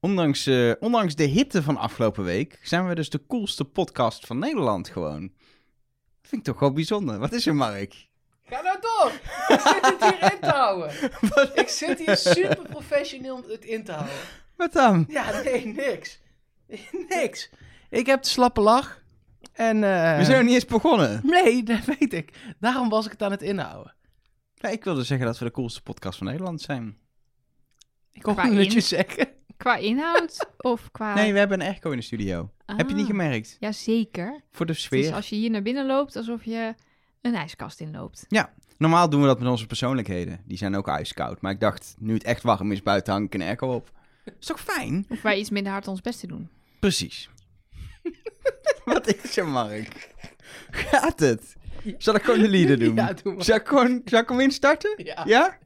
Ondanks, eh, ondanks de hitte van afgelopen week zijn we dus de coolste podcast van Nederland gewoon. Dat vind ik toch wel bijzonder. Wat is er, Mark? Ga nou door! Ik zit het hier in te houden. Wat, Ik zit hier super professioneel om het in te houden. wat dan? Ja, nee, niks. Niks. Ik heb de slappe lach. En, eh, We zijn nog niet eens begonnen. Nee, dat weet ik. Daarom was ik het aan het inhouden. Ja, ik wilde zeggen dat we de coolste podcast van Nederland zijn. Ik hoor Qua het je in- zeggen. Qua inhoud of qua... Nee, we hebben een echo in de studio. Heb je niet Ah, gemerkt? Jazeker. Voor de Het is sfeer. als je hier naar binnen loopt, alsof je een ijskast inloopt. Normaal doen we dat met onze persoonlijkheden. Die zijn ook ijskoud. Maar ik dacht, nu het echt warm is buiten, hang ik een echo op. Is toch fijn? Hoeven wij iets minder hard ons best te doen. Precies. Wat is er, Mark? Gaat het? Zal ik gewoon de lieden doen? Ja, doe maar. Zal ik, gewoon, zal ik hem instarten? Ja. Ja?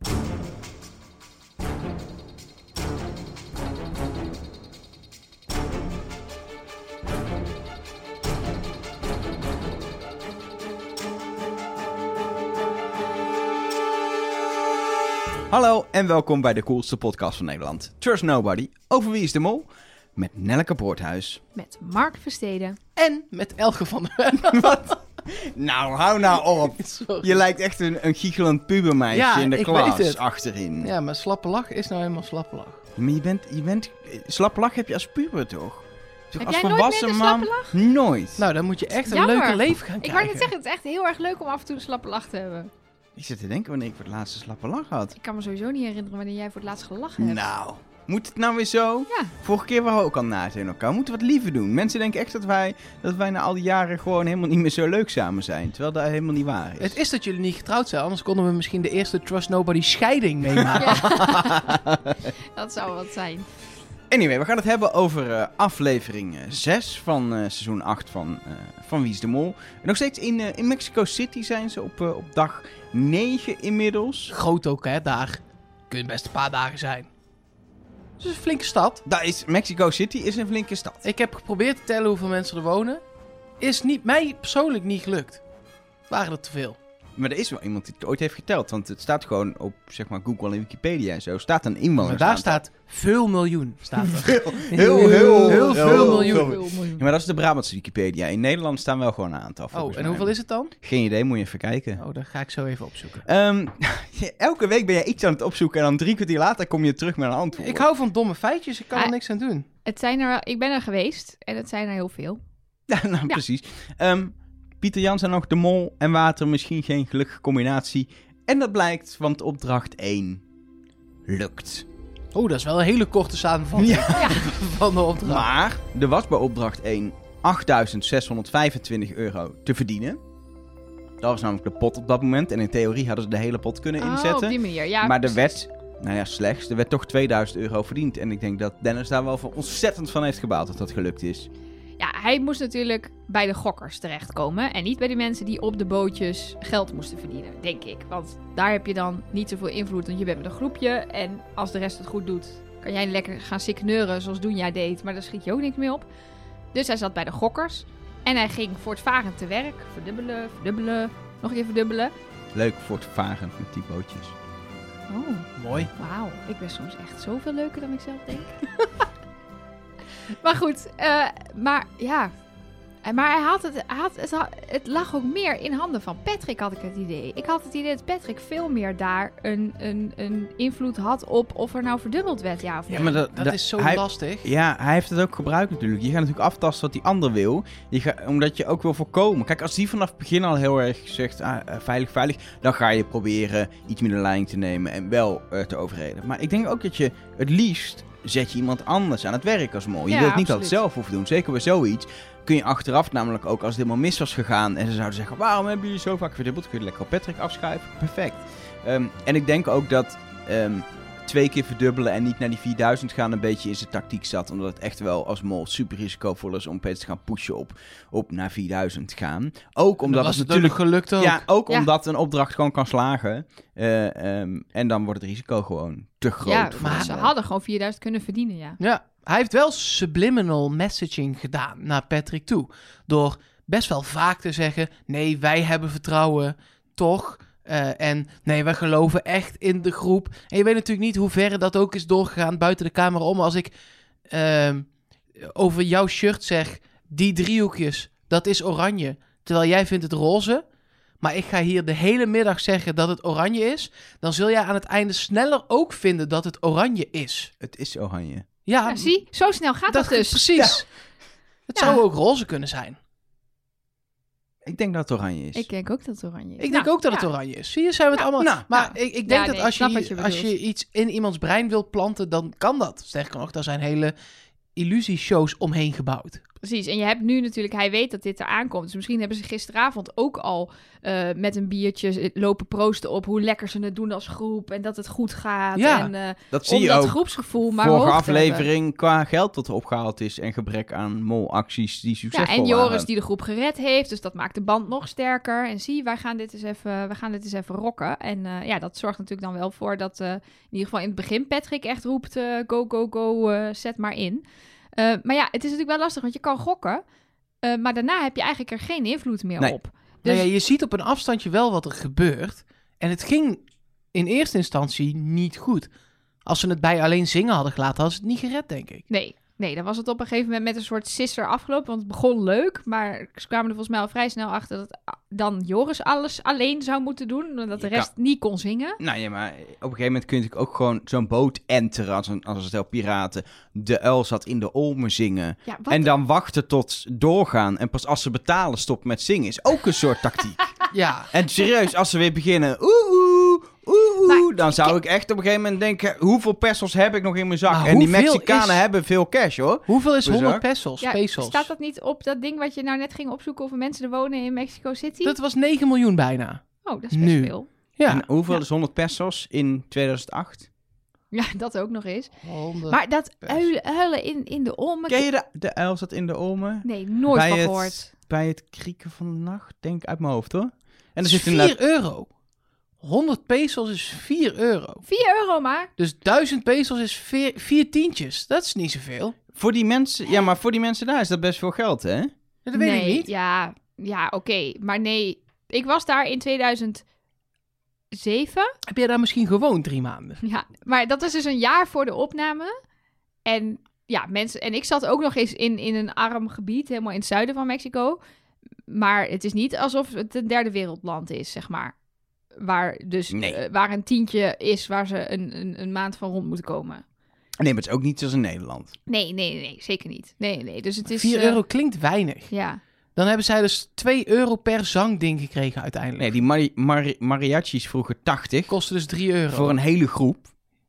Hallo en welkom bij de coolste podcast van Nederland. Trust Nobody, over Wie is de Mol? Met Nelleke Poorthuis. Met Mark Versteden. En met Elge van der Ven. Wat? Nou, hou nou op. Sorry. Je lijkt echt een, een giechelend pubermeisje Ja, in de ik klas weet het. achterin. Ja, maar slappe lach is nou helemaal slappe lach. Maar je bent, je bent... eh, Slap lach heb je als puber, toch? Toch Heb als jij nooit volwassen meer de man? slappe Nooit. Nou, dan moet je echt een Jammer. leuke leven gaan Ik krijgen. wou net zeggen, het is echt heel erg leuk om af en toe een slappe lach te hebben. Ik zit te denken wanneer ik voor het laatste slappe lach had. Ik kan me sowieso niet herinneren wanneer jij voor het laatst gelachen hebt. Nou, moet het nou weer zo? Ja. Vorige keer waren we ook al naad in elkaar. We moeten wat liever doen. Mensen denken echt dat wij, dat wij na al die jaren gewoon helemaal niet meer zo leuk samen zijn. Terwijl dat helemaal niet waar is. Het is dat jullie niet getrouwd zijn, anders konden we misschien de eerste Trust Nobody scheiding meemaken. Dat zou wat zijn. Anyway, we gaan het hebben over eh, aflevering eh, 6 van eh, seizoen 8 van, eh, van Wie is de Mol. En nog steeds in, eh, in Mexico City zijn ze op, eh, op dag 9 inmiddels. Groot ook, hè, daar. Kun je best een paar dagen zijn. Het is een flinke stad. Daar is, Mexico City is een flinke stad. Ik heb geprobeerd te tellen hoeveel mensen er wonen. Is niet, mij persoonlijk niet gelukt. Waren er te veel. Maar er is wel iemand die het ooit heeft geteld. Want het staat gewoon op zeg maar, Google en Wikipedia en zo. Staat een inwoner. Maar daar staat veel miljoen. Staat er. Heel, heel, heel, Heel veel miljoen. Ja, maar dat is de Brabantse Wikipedia. In Nederland staan wel gewoon een aantal. volgens Oh, en mij. hoeveel is het dan? Geen idee, moet je even kijken. Oh, dat ga ik zo even opzoeken. Ehm, elke week ben jij iets aan het opzoeken en dan drie kwartier later kom je terug met een antwoord. Ik hou van domme feitjes, ik kan er Ah. niks aan doen. Het zijn er wel, ik ben er geweest en het zijn er heel veel. Ja, nou, precies. Ehm, Pieter Jans en nog de mol en water misschien geen gelukkige combinatie. En dat blijkt, want opdracht 1 lukt. Oh, dat is wel een hele korte samenvatting Ja. van de opdracht. Maar er was bij opdracht 1 8.625 euro te verdienen. Dat was namelijk de pot op dat moment. En in theorie hadden ze de hele pot kunnen Oh, op inzetten. die manier. Ja, maar er werd, nou ja, slechts, er werd toch 2000 euro verdiend. En ik denk dat Dennis daar wel voor ontzettend van heeft gebaald dat dat gelukt is. Ja, hij moest natuurlijk bij de gokkers terechtkomen. En niet bij de mensen die op de bootjes geld moesten verdienen, denk ik. Want daar heb je dan niet zoveel invloed, want je bent met een groepje. En als de rest het goed doet, kan jij lekker gaan sikneuren zoals Doenja deed. Maar daar schiet je ook niks mee op. Dus hij zat bij de gokkers. En hij ging voortvarend te werk. Verdubbelen, verdubbelen, nog een keer verdubbelen. Leuk voortvarend met die bootjes. Oh, Mooi. wauw. Ik ben soms echt zoveel leuker dan ik zelf denk. maar goed, eh, maar ja. Eh, Maar hij had het, hij had, het, ha- het lag ook meer in handen van Patrick, had ik het idee. Ik had het idee dat Patrick veel meer daar een, een, een invloed had op of er nou verdubbeld werd, ja of Ja, nee. maar dat- dat, dat- is zo hij- lastig. Ja, hij heeft het ook gebruikt natuurlijk. Je gaat natuurlijk aftasten wat die ander wil. Je ga- omdat je ook wil voorkomen. Kijk, als die vanaf het begin al heel erg zegt ah, eh, veilig, veilig. Dan ga je proberen iets meer de leiding te nemen en wel eh, te overreden. Maar ik denk ook dat je het liefst zet je iemand anders aan het werk als mol. Je Ja, wilt niet dat het absoluut. zelf hoeft te doen. Zeker bij zoiets kun je achteraf namelijk ook als het helemaal mis was gegaan... en ze zouden zeggen, waarom hebben jullie zo vaak verdubbeld? Kun je lekker op Patrick afschuiven. Perfect. Ehm, en ik denk ook dat... ehm, twee keer verdubbelen en niet naar die 4000 gaan een beetje in zijn tactiek zat. Omdat het echt wel als mol super risicovol is om Pets te gaan pushen op, op naar 4000 gaan. Ook omdat dat was het natuurlijk... gelukt ook. Ja, ook Ja. omdat een opdracht gewoon kan slagen. Eh, ehm, en dan wordt het risico gewoon te groot. Dus ja, voor maar een ze mol. hadden gewoon 4000 kunnen verdienen, ja. Ja, hij heeft wel subliminal messaging gedaan naar Patrick toe. Door best wel vaak te zeggen: nee, wij hebben vertrouwen, toch? Eh, en nee, wij geloven echt in de groep. En je weet natuurlijk niet hoe ver dat ook is doorgegaan buiten de camera om. Als ik ehm, over jouw shirt zeg, die driehoekjes, dat is oranje. Terwijl jij vindt het roze. Maar ik ga hier de hele middag zeggen dat het oranje is. Dan zul jij aan het einde sneller ook vinden dat het oranje is. Het is oranje. Ja, Ja, zie, zo snel gaat dat, dus. Precies. Het Ja. zou ook roze kunnen zijn. Ik denk dat het oranje is. Ik denk ook dat het oranje is. Ik denk ook dat het oranje is. Zie je, zijn we het allemaal... Nou, maar nou. ik, ik denk dat Ja, nee, ik als, je, snap wat je als je bedoelt. iets in iemands brein wilt planten, dan kan dat. Sterker nog, daar zijn hele illusieshows omheen gebouwd. Nou Precies, en je hebt nu natuurlijk, hij weet dat dit eraan komt. Dus misschien hebben ze gisteravond ook al eh, met een biertje lopen proosten op hoe lekker ze het doen als groep en dat het goed gaat. Ja, en, eh, dat zie om je dat ook. groepsgevoel maar Vorige hoog te hebben. aflevering qua geld dat er opgehaald is en gebrek aan molacties die Ja, succesvol en Joris waren. die de groep gered heeft, dus dat maakt de band nog sterker. En zie, wij gaan dit eens even, wij gaan dit eens even rocken. En eh, ja, dat zorgt natuurlijk dan wel voor dat eh, in ieder geval in het begin Patrick echt roept: eh, go, go, go, eh, zet maar in. Eh, maar ja, het is natuurlijk wel lastig, want je kan gokken, eh, maar daarna heb je eigenlijk er geen invloed meer Nee. op. Dus Nou ja, je ziet op een afstandje wel wat er gebeurt. En het ging in eerste instantie niet goed. Als ze het bij alleen zingen hadden gelaten, hadden ze het niet gered, denk ik. nee, nee, dan was het op een gegeven moment met een soort sisser afgelopen, want het begon leuk, maar ze kwamen er volgens mij al vrij snel achter dat ah, dan Joris alles alleen zou moeten doen, en dat de Je rest niet kon zingen. Nou ja, maar op een gegeven moment kun je natuurlijk ook gewoon zo'n boot enteren als een, als een stel piraten. De uil zat in de olmen zingen. Ja, wat En dan wachten tot doorgaan. En pas als ze betalen, stopt met zingen. Is ook een soort tactiek. Ja, en serieus, als ze weer beginnen. Oeh, oeh, oeh, oeh, Maar dan zou ik echt op een gegeven moment denken: hoeveel pesos heb ik nog in mijn zak? Maar en die hoeveel Mexicanen is- hebben veel cash hoor. hoeveel is Bizar. 100 pesos? pesos? Staat dat niet op dat ding wat je nou net ging opzoeken over mensen er wonen in Mexico City? dat was 9 miljoen bijna. Oh, dat is best nu. veel. Ja. En hoeveel Ja. is 100 pesos in 2008? Ja, dat ook nog eens. Maar dat best. huilen, huilen in, in de olmen... Ken je de, de uil zat in de olmen? Nee, nooit Bij van het- gehoord. Bij het krieken van de nacht, denk ik uit mijn hoofd hoor. En er dat is zit 4 inderdaad euro. 100 pesos is 4 euro. 4 euro maar. Dus 1000 pesos is 4 tientjes. Dat is niet zoveel. voor die mensen, ja, maar voor die mensen daar is dat best veel geld, hè? Dat weet nee, ik niet. Ja, ja oké. Maar nee, ik was daar in 2007. Heb jij daar misschien gewoond drie maanden? Ja, maar dat was dus een jaar voor de opname. En ja, mensen. En ik zat ook nog eens in, in een arm gebied, helemaal in het zuiden van Mexico. Maar het is niet alsof het een derde wereldland is, zeg maar. Waar dus Nee. eh, waar een tientje is waar ze een, een, een maand van rond moeten komen. Nee, maar het is ook niet zoals in Nederland. Nee, nee, nee, nee, zeker niet. Nee, nee. Dus het is. 4 eh, euro klinkt weinig. Ja. Dan hebben zij dus 2 euro per zangding gekregen uiteindelijk. Nee, die mari- mari- mariachis vroegen 80 Kostte dus 3 euro. voor een hele groep,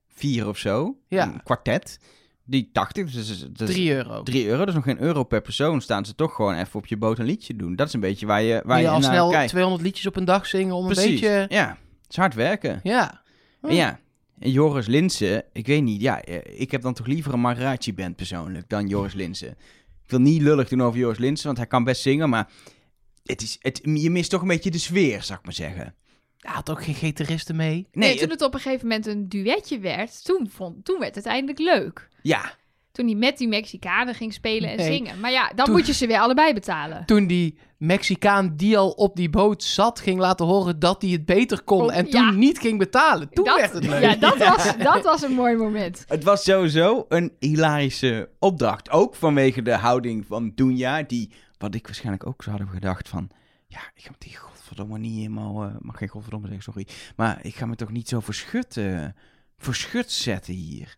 vier of zo, Ja. een kwartet. Die 80, dus, dat is- dat is 3 euro. 3 euro, dat is nog geen euro per persoon. Staan ze toch gewoon even op je boot een liedje doen. Dat is een beetje waar je, waar Wil je, je al naar snel kijkt. 200 liedjes op een dag zingen om Precies. een beetje... Ja, het is hard werken. Ja. Oh. En ja, en Joris Linsen, ik weet niet, ja, eh, ik heb dan toch liever een mariachi-band persoonlijk dan Joris Linsen. Ik wil niet lullig doen over Joris Linsen, want hij kan best zingen, maar het is, het, je mist toch een beetje de sfeer, zou ik maar zeggen. Hij had ook geen gitaristen mee. Nee, Nee, toen het- het op een gegeven moment een duetje werd, toen, vond, toen werd het eindelijk leuk. ja, Toen hij met die Mexicanen ging spelen en Nee. zingen. Maar ja, dan Toen- moet je ze weer allebei betalen. Toen die Mexicaan die al op die boot zat, ging laten horen dat hij het beter kon. Kon- en toen Oh, ja. niet ging betalen. Toen werd het leuk. Ja, dat was, dat was een mooi moment. het was sowieso een hilarische opdracht. Ook vanwege de houding van Dunja, die, wat ik waarschijnlijk ook zou hebben gedacht van... Ja, ik ga me die godverdomme niet helemaal... eh, mag geen godverdomme zeggen, sorry. Maar ik ga me toch niet zo verschut, eh, verschut zetten hier.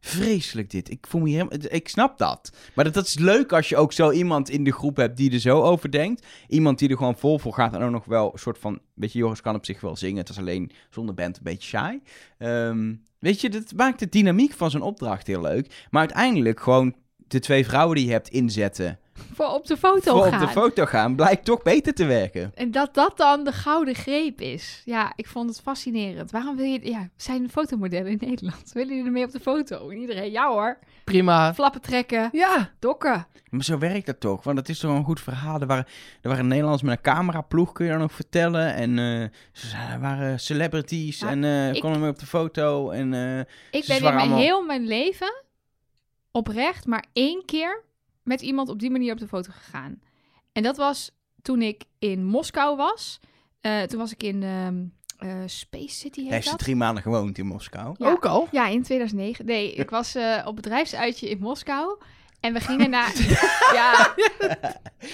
Vreselijk dit. Ik voel me hier helemaal... Ik snap dat. Maar dat, dat is leuk als je ook zo iemand in de groep hebt die er zo over denkt. Iemand die er gewoon vol voor gaat en ook nog wel een soort van... Weet je, Joris kan op zich wel zingen. Het is alleen zonder band een beetje saai. Ehm, weet je, dat maakt de dynamiek van zo'n opdracht heel leuk. Maar uiteindelijk gewoon de twee vrouwen die je hebt inzetten... Voor op de foto voor gaan. op de foto gaan, blijkt toch beter te werken. en dat dat dan de gouden greep is. Ja, ik vond het fascinerend. Waarom wil je... Ja, zijn er fotomodellen in Nederland? Willen jullie ermee op de foto? En iedereen, ja hoor. Prima. Flappen trekken, Ja. dokken. Maar zo werkt dat toch? Want het is toch een goed verhaal. Er waren, er waren Nederlanders met een cameraploeg, kun je dan ook vertellen. En eh, ze zijn- er waren celebrities Maar en eh ik- konden mee op de foto. En, eh, Ik Ze ben waren in mijn allemaal- heel mijn leven oprecht maar één keer met iemand op die manier op de foto gegaan. En dat was toen ik in Moskou was. Eh, toen was ik in ehm, eh, Space City heet Hij heeft ze dat. drie maanden gewoond in Moskou. Ja. Ook al? Ja, in 2009. Nee, ik was eh, op bedrijfsuitje in Moskou. En we gingen naar... ja,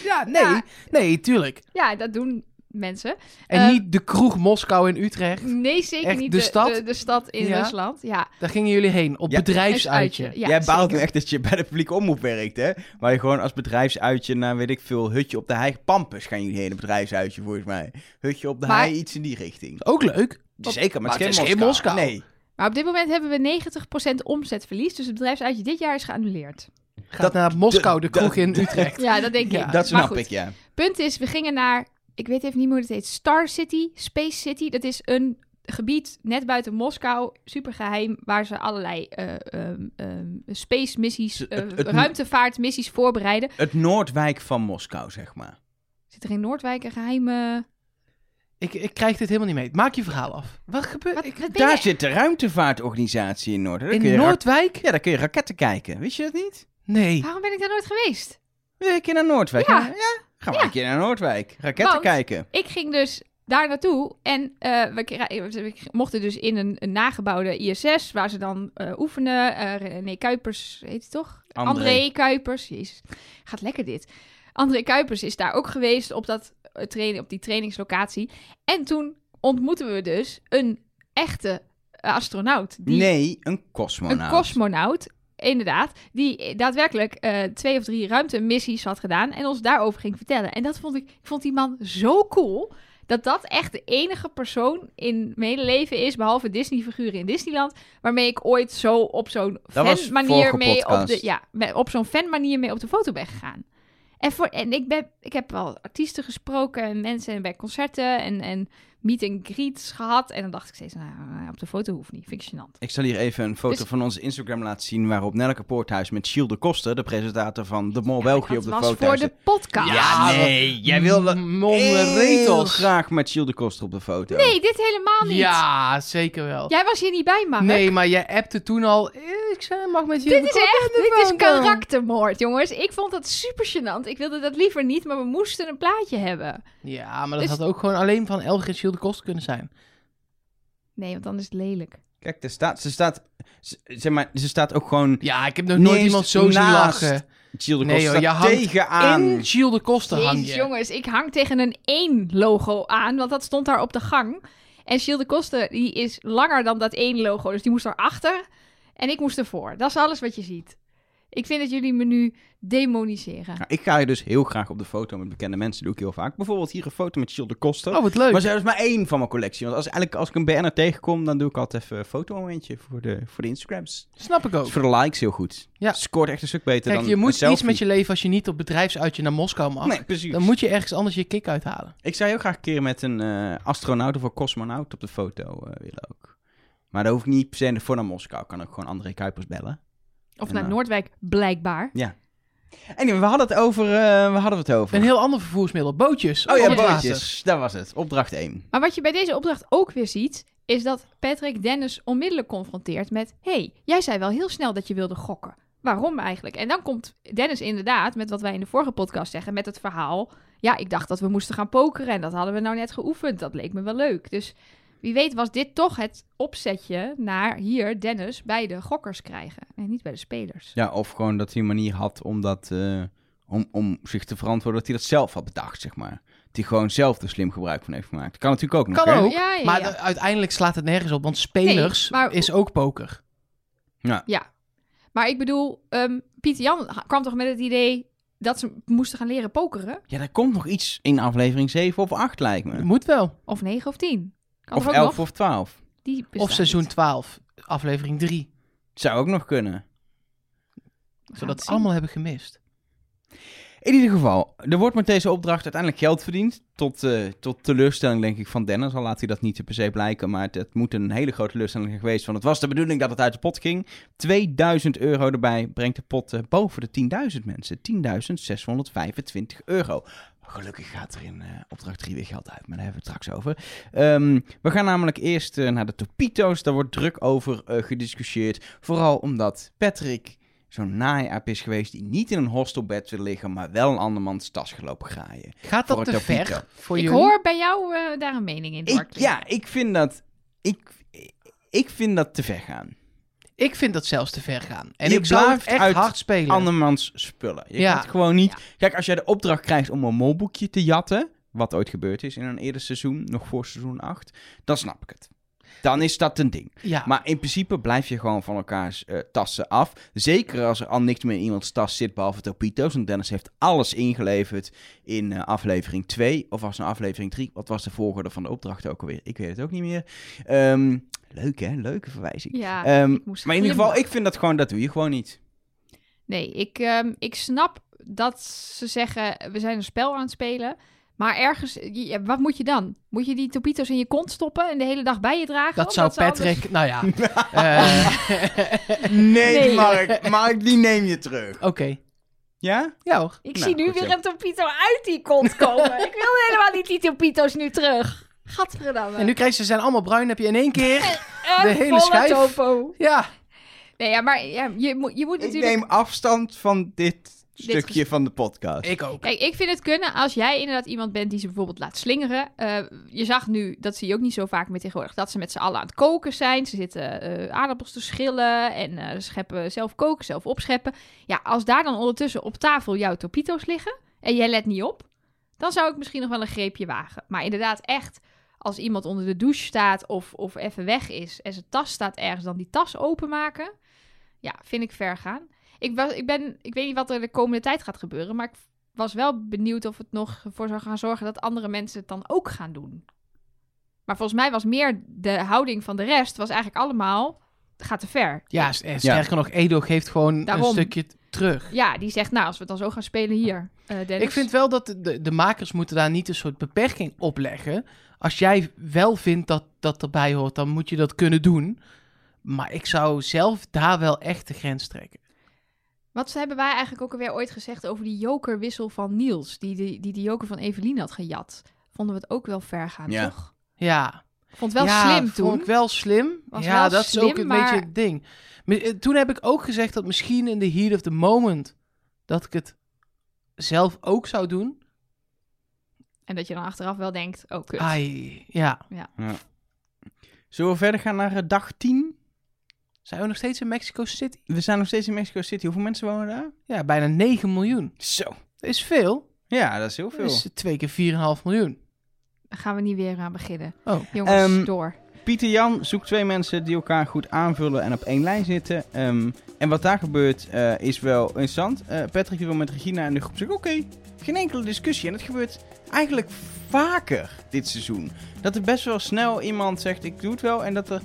Ja, nee. Ja. Nee, tuurlijk. ja, dat doen mensen. En Eh, Mm. niet de kroeg Moskou in Utrecht. Nee, zeker Echt, niet de de, stad? De, de stad in Ja. Rusland. Ja, Daar gingen jullie heen, op Ja. bedrijfsuitje. bedrijfsuitje. Ja, Jij baalt zeker. nu echt dat je bij de publieke omroep werkt, hè? Waar je gewoon als bedrijfsuitje naar, weet ik veel, hutje op de hei. Pampus gaan jullie hele bedrijfsuitje, volgens mij. Hutje op de Maar- hei, iets in die richting. Dus Ook leuk. Zeker, maar, maar het is het geen is Moskou. geen Moskou. Nee. Maar op dit moment hebben we 90% omzetverlies. Dus het bedrijfsuitje dit jaar is geannuleerd. Gaat Dat- naar Moskou, de dat- kroeg in Utrecht. Ja, dat denk ik. Ja, Maar Dat snap goed. ik, ja. Punt is, we gingen naar, ik weet even niet meer hoe het heet, Star City, Space City. Dat is een gebied net buiten Moskou, supergeheim, waar ze allerlei eh, ehm, ehm, space missies, Het- eh, het- het- ruimtevaartmissies voorbereiden. Het Noordwijk van Moskou, zeg maar. Zit er in Noordwijk een geheime... Ik, ik krijg dit helemaal niet mee. Maak je verhaal af. Wat gebeurt Wat, ik- wat ben Eh, Daar je? zit de ruimtevaartorganisatie in Noord. Daar kun in je ra- Noordwijk? Ja, daar kun je raketten kijken. Wist je dat niet? Nee. Waarom ben ik daar nooit geweest? Wil je een keer naar Noordwijk? Ja. Gaan we een keer naar Noordwijk. Raketten Want- kijken. Ik ging dus daar naartoe en eh, we, kra- we mochten dus in een, een nagebouwde ISS, waar ze dan eh, oefenen. Eh René Kuipers heet hij toch? André. Kuipers. Jezus, gaat lekker dit. André Kuipers is daar ook geweest op, dat, eh, trainen, op die trainingslocatie. En toen ontmoeten we dus een echte eh, astronaut. Die, Nee, een cosmonaut. Een cosmonaut, inderdaad. Die daadwerkelijk eh, twee of drie ruimtemissies had gedaan. En ons daarover ging vertellen. En dat vond ik, ik vond die man zo cool. Dat dat echt de enige persoon in mijn hele leven is, behalve Disney-figuren in Disneyland, waarmee ik ooit zo op zo'n was fan-manier vorige mee op de, podcast. ja, me- op zo'n fan-manier mee op de foto ben gegaan. En, voor, en ik, ben, ik heb wel artiesten gesproken en mensen bij concerten en, en meet and greets gehad. En dan dacht ik steeds, nou, op de foto hoeft niet, vind ik gênant. Ik zal hier even een foto Dus- van onze Instagram laten zien... waarop Nelke Poorthuis met Shield de Koster... de presentator van De Mol Ja, België, maar op de dat foto was voor de staat. podcast. Ja, nee. Jij wilde Nomme heel retels. graag met Shield de Koster op de foto. Nee, dit helemaal niet. Ja, zeker wel. Jij was hier niet bij, Mark. nee, maar jij appte toen al. eh, Ik zei, mag met je. Ah, Dit is echt, dit is telefoon komen. karaktermoord, jongens. Ik vond dat super gênant. Ik wilde dat liever niet, maar we moesten een plaatje hebben. Ja, maar dat Dus- had ook gewoon alleen van Elgin Shield de kost kunnen zijn. Nee, want dan is het lelijk. Kijk, er staat, ze staat... ze- Zeg maar, ze staat ook gewoon... Ja, ik heb nog nooit Neerst iemand zo zien naast lachen. Shield de Nee, Koster joh, staat je hangt tegenaan. In Shield de Koster hang Jezus, je. jongens, ik hang tegen een 1-logo aan, want dat stond daar op de gang. En Shield de Koster, die is langer dan dat 1-logo, dus die moest erachter. En ik moest ervoor. Dat is alles wat je ziet. Ik vind dat jullie me nu demoniseren. Nou, ik ga hier dus heel graag op de foto met bekende mensen. doe ik heel vaak. Bijvoorbeeld hier een foto met Shield de Koster. Oh, wat leuk. Maar zelfs maar één van mijn collectie. Want als, eigenlijk, als ik een BN'er tegenkom, dan doe ik altijd even een fotomomentje voor de, voor de Instagrams. Snap ik ook. Dus voor de likes heel goed. Ja. Scoort echt een stuk beter Kijk, dan je een moet iets selfie. met je leven als je niet op bedrijfsuitje naar Moskou mag. Nee, precies. Dan moet je ergens anders je kick uithalen. Ik zou heel graag een keer met een eh, astronaut of een cosmonaut op de foto eh, willen ook. Maar daar hoef ik niet per se voor naar Moskou. Ik kan ook gewoon André Kuipers bellen. Of En, naar eh, Noordwijk, blijkbaar. Anyway, we hadden het over... eh we hadden we het over? Een heel ander vervoersmiddel. Bootjes. Oh op ja, het water. bootjes. Dat was het. Opdracht 1. Maar wat je bij deze opdracht ook weer ziet, is dat Patrick Dennis onmiddellijk confronteert met: hey, jij zei wel heel snel dat je wilde gokken. Waarom eigenlijk? En dan komt Dennis inderdaad met wat wij in de vorige podcast zeggen, met het verhaal. Ja, ik dacht dat we moesten gaan pokeren en dat hadden we nou net geoefend. Dat leek me wel leuk. Dus wie weet was dit toch het opzetje naar hier Dennis bij de gokkers krijgen en niet bij de spelers. Ja, of gewoon dat hij een manier had om, dat, eh, om, om zich te verantwoorden dat hij dat zelf had bedacht, zeg maar. Dat hij gewoon zelf er slim gebruik van heeft gemaakt. Kan natuurlijk ook nog, Kan hè? ook. Ja, ja, Maar ja. de- uiteindelijk slaat het nergens op, want spelers Nee, maar- is ook poker. Maar ik bedoel, ehm Pieter Jan ha- kwam toch met het idee dat ze moesten gaan leren pokeren? Ja, daar komt nog iets in aflevering 7 of 8, lijkt me. Moet wel. Of 9 of 10? Kan Of er ook 11 nog? of 12. Die Of bestaat seizoen niet. 12, aflevering 3. Zou ook nog kunnen. We gaan Zodat het ze allemaal hebben gemist. In ieder geval, er wordt met deze opdracht uiteindelijk geld verdiend. Tot, eh, tot teleurstelling, denk ik, van Dennis. Al laat hij dat niet per se blijken. Maar het, het moet een hele grote teleurstelling zijn geweest. Want het was de bedoeling dat het uit de pot ging. 2000 euro erbij brengt de pot eh, boven de 10.000 mensen. 10.625 euro. Gelukkig gaat er in eh, opdracht 3 weer geld uit, maar daar hebben we het straks over. Ehm, we gaan namelijk eerst eh, naar de Topito's. Daar wordt druk over eh, gediscussieerd. Vooral omdat Patrick zo'n naaiaap is geweest die niet in een hostelbed wil liggen, maar wel een andermans tas gelopen graaien. Gaat dat Voor te het ver tapijt. voor ik jullie? hoor bij jou eh, daar een mening in. Ik, Dwarkling. ja, ik vind dat. Ik, ik vind dat te ver gaan. Ik vind dat zelfs te ver gaan. En Je ik zou het blijft echt uit hard spelen. Andermans spullen. Je Ja. gaat gewoon niet. Ja. Kijk, als jij de opdracht krijgt om een molboekje te jatten. Wat ooit gebeurd is in een eerder seizoen, nog voor seizoen 8. Dan snap ik het. Dan is dat een ding. Ja. Maar in principe blijf je gewoon van elkaars eh, tassen af. Zeker als er al niks meer in iemands tas zit, behalve Topito's. Want Dennis heeft alles ingeleverd in eh, aflevering 2. Of was het nou aflevering 3? Wat was de volgorde van de opdracht ook alweer? Ik weet het ook niet meer. Ehm, leuk hè? Leuke verwijzing. Ja, Ehm, ik moest maar in ieder geval, glimlachen. ik vind dat gewoon, dat doe je gewoon niet. Nee, ik, ehm, ik snap dat ze zeggen, we zijn een spel aan het spelen. Maar ergens, ja, wat moet je dan? Moet je die topito's in je kont stoppen en de hele dag bij je dragen? dat zou Omdat ze Oh, anders- Patrick... Nou ja. Eh, Nee, Nee. Mark. Mark, die neem je terug. Oké. Ja? Ja hoor. Ik Nou, zie nu goed zo. weer een topito uit die kont komen. ik wil helemaal niet die topito's nu terug. Gadverdamme. En nu krijg je ze zijn allemaal bruin. heb je in één keer... Een de hele volle schijf. topo. Ja. Nee, ja, maar ja, je, moet- je Ik moet natuurlijk... neem afstand van dit stukje gesprek. van de podcast. Ik ook. Kijk, ik vind het kunnen als jij inderdaad iemand bent die ze bijvoorbeeld laat slingeren. Eh, je zag nu, dat zie je ook niet zo vaak meer tegenwoordig, dat ze met z'n allen aan het koken zijn. Ze zitten eh, aardappels te schillen en eh, scheppen, zelf koken, zelf opscheppen. Ja, als daar dan ondertussen op tafel jouw topito's liggen en jij let niet op, dan zou ik misschien nog wel een greepje wagen. Maar inderdaad, echt, als iemand onder de douche staat of, of even weg is en zijn tas staat ergens, dan die tas openmaken. Ja, vind ik ver gaan. Ik, was, ik, ben, ik weet niet wat er de komende tijd gaat gebeuren, maar ik was wel benieuwd of het nog voor zou gaan zorgen dat andere mensen het dan ook gaan doen. Maar volgens mij was meer de houding van de rest, was eigenlijk allemaal, het gaat te ver. Ja, s- en sterker nog, Edo geeft gewoon Daarom. een stukje t- terug. Ja, die zegt, nou, als we het dan zo gaan spelen hier, eh, Dennis. Ik vind wel dat de, de makers moeten daar niet een soort beperking op leggen. Als jij wel vindt dat dat erbij hoort, dan moet je dat kunnen doen. Maar ik zou zelf daar wel echt de grens trekken. Wat hebben wij eigenlijk ook alweer ooit gezegd over die jokerwissel van Niels, die die, die, die joker van Evelien had gejat? Vonden we het ook wel ver gaan, Ja. toch? Ja. Ik vond het wel Ja, slim Vond toen. ik wel slim. Was ja, wel dat is ook slim, een maar- beetje het ding. Maar, eh, Toen heb ik ook gezegd dat misschien in the heat of the moment dat ik het zelf ook zou doen. En dat je dan achteraf wel denkt, oh kut. Ah, Ai, ja. Zullen we verder gaan naar eh, dag 10? Zijn we nog steeds in Mexico City? We zijn nog steeds in Mexico City. Hoeveel mensen wonen daar? Ja, bijna 9 miljoen. Zo. Dat is veel. Ja, dat is heel veel. Dat is twee keer 4,5 miljoen. Daar gaan we niet weer aan beginnen. Oh. Jongens, Ehm, door. Pieter Jan zoekt twee mensen die elkaar goed aanvullen en op één lijn zitten. Ehm, en wat daar gebeurt eh, is wel interessant. Eh, Patrick die wil met Regina in de groep zeggen: Oké, geen enkele discussie. En het gebeurt eigenlijk vaker dit seizoen. Dat er best wel snel iemand zegt: Ik doe het wel. En dat er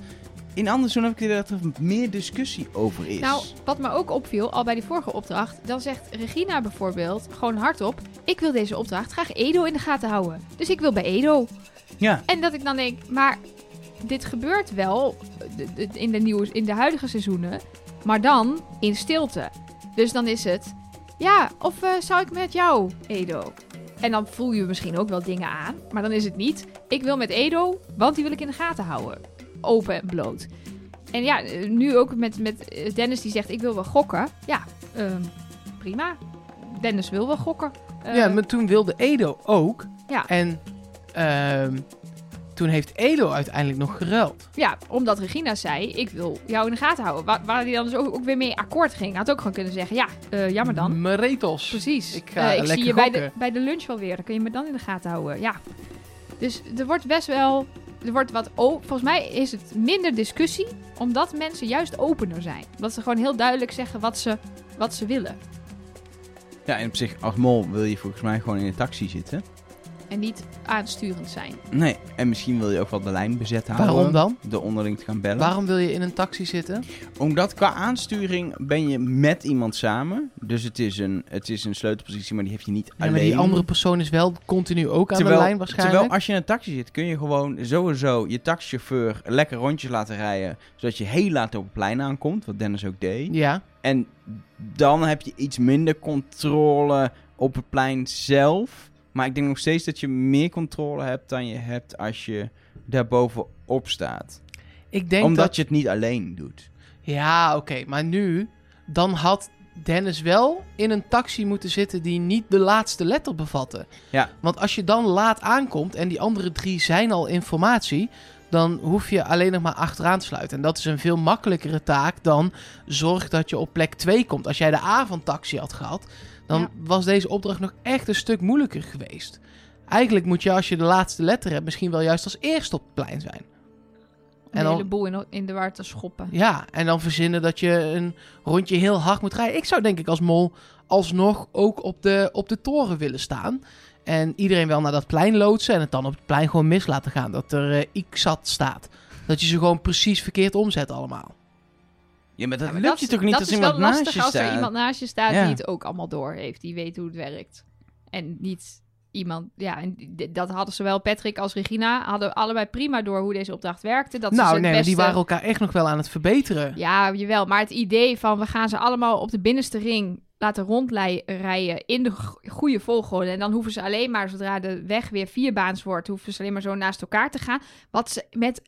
in andere seizoen heb ik het idee dat er meer discussie over is. Nou, wat me ook opviel, al bij die vorige opdracht, dan zegt Regina bijvoorbeeld gewoon hardop: Ik wil deze opdracht graag Edo in de gaten houden. Dus ik wil bij Edo. ja. En dat ik dan denk, maar dit gebeurt wel eh, d- d- in de, nieuwe, in de huidige seizoenen, maar dan in stilte. Dus dan is het, ja, of eh, zou ik met jou, Edo? En dan voel je misschien ook wel dingen aan, maar dan is het niet, ik wil met Edo, want die wil ik in de gaten houden. Open en bloot. En ja, eh, nu ook met, met eh, Dennis die zegt, ik wil wel gokken. Ja, ehm, prima. Dennis wil wel gokken. Eh, ja, maar toen wilde Edo ook. Ja. En ehm, toen heeft Edo uiteindelijk nog geruild. Ja, omdat Regina zei, ik wil jou in de gaten houden. Waar, waar hij dan dus ook, ook weer mee akkoord ging. Had ook gewoon kunnen zeggen, ja, eh, jammer dan. Meretos. Precies. Mm. Ik ga Eh, ik zie lekker je bij de, gokken. bij de lunch wel weer. Dan kun je me dan in de gaten houden. Ja. Dus er wordt best wel... Er wordt wat o- Volgens mij is het minder discussie, omdat mensen juist opener zijn. Omdat ze gewoon heel duidelijk zeggen wat ze, wat ze willen. ja, en op zich, als mol wil je volgens mij gewoon in de taxi zitten. En niet aansturend zijn. Nee, en misschien wil je ook wel de lijn bezet houden. Waarom dan? De onderling te gaan bellen. Waarom wil je in een taxi zitten? Omdat qua aansturing ben je met iemand samen. Dus het is een, het is een sleutelpositie, maar die heb je niet Ja, alleen. maar die andere persoon is wel continu ook aan de lijn waarschijnlijk. Terwijl als je in een taxi zit, kun je gewoon sowieso je taxichauffeur lekker rondjes laten rijden. Zodat je heel laat op het plein aankomt, wat Dennis ook deed. Ja, En dan heb je iets minder controle op het plein zelf. Maar ik denk nog steeds dat je meer controle hebt dan je hebt als je daarbovenop staat. ik denk Omdat dat... je het niet alleen doet. Ja, oké. maar nu, dan had Dennis wel in een taxi moeten zitten die niet de laatste letter bevatte. Ja. Want als je dan laat aankomt en die andere drie zijn al informatie, dan hoef je alleen nog maar achteraan te sluiten. En dat is een veel makkelijkere taak dan zorg dat je op plek 2 komt. Als jij de avondtaxi had gehad, dan Ja. was deze opdracht nog echt een stuk moeilijker geweest. Eigenlijk moet je als je de laatste letter hebt, misschien wel juist als eerste op het plein zijn. Om En een dan- heleboel in, in de war te schoppen. Ja, en dan verzinnen dat je een rondje heel hard moet rijden. Ik zou denk ik als mol alsnog ook op de, op de toren willen staan. En iedereen wel naar dat plein loodsen en het dan op het plein gewoon mis laten gaan. Dat er eh Xat staat. Dat je ze gewoon precies verkeerd omzet allemaal. Ja, maar dat Ja, maar lukt je is- toch niet dat als is iemand wel lastig naast je als er staat? iemand naast je staat Ja. die het ook allemaal door heeft. Die weet hoe het werkt. En niet iemand... Ja, en d- dat hadden zowel Patrick als Regina... hadden allebei prima door hoe deze opdracht werkte. Dat ze ze nou, het nee, maar die beste- waren elkaar echt nog wel aan het verbeteren. Ja, jawel. Maar het idee van we gaan ze allemaal op de binnenste ring laten rondrijden in de go- goede volgorde. En dan hoeven ze alleen maar, zodra de weg weer vierbaans wordt, hoeven ze alleen maar zo naast elkaar te gaan. Wat ze met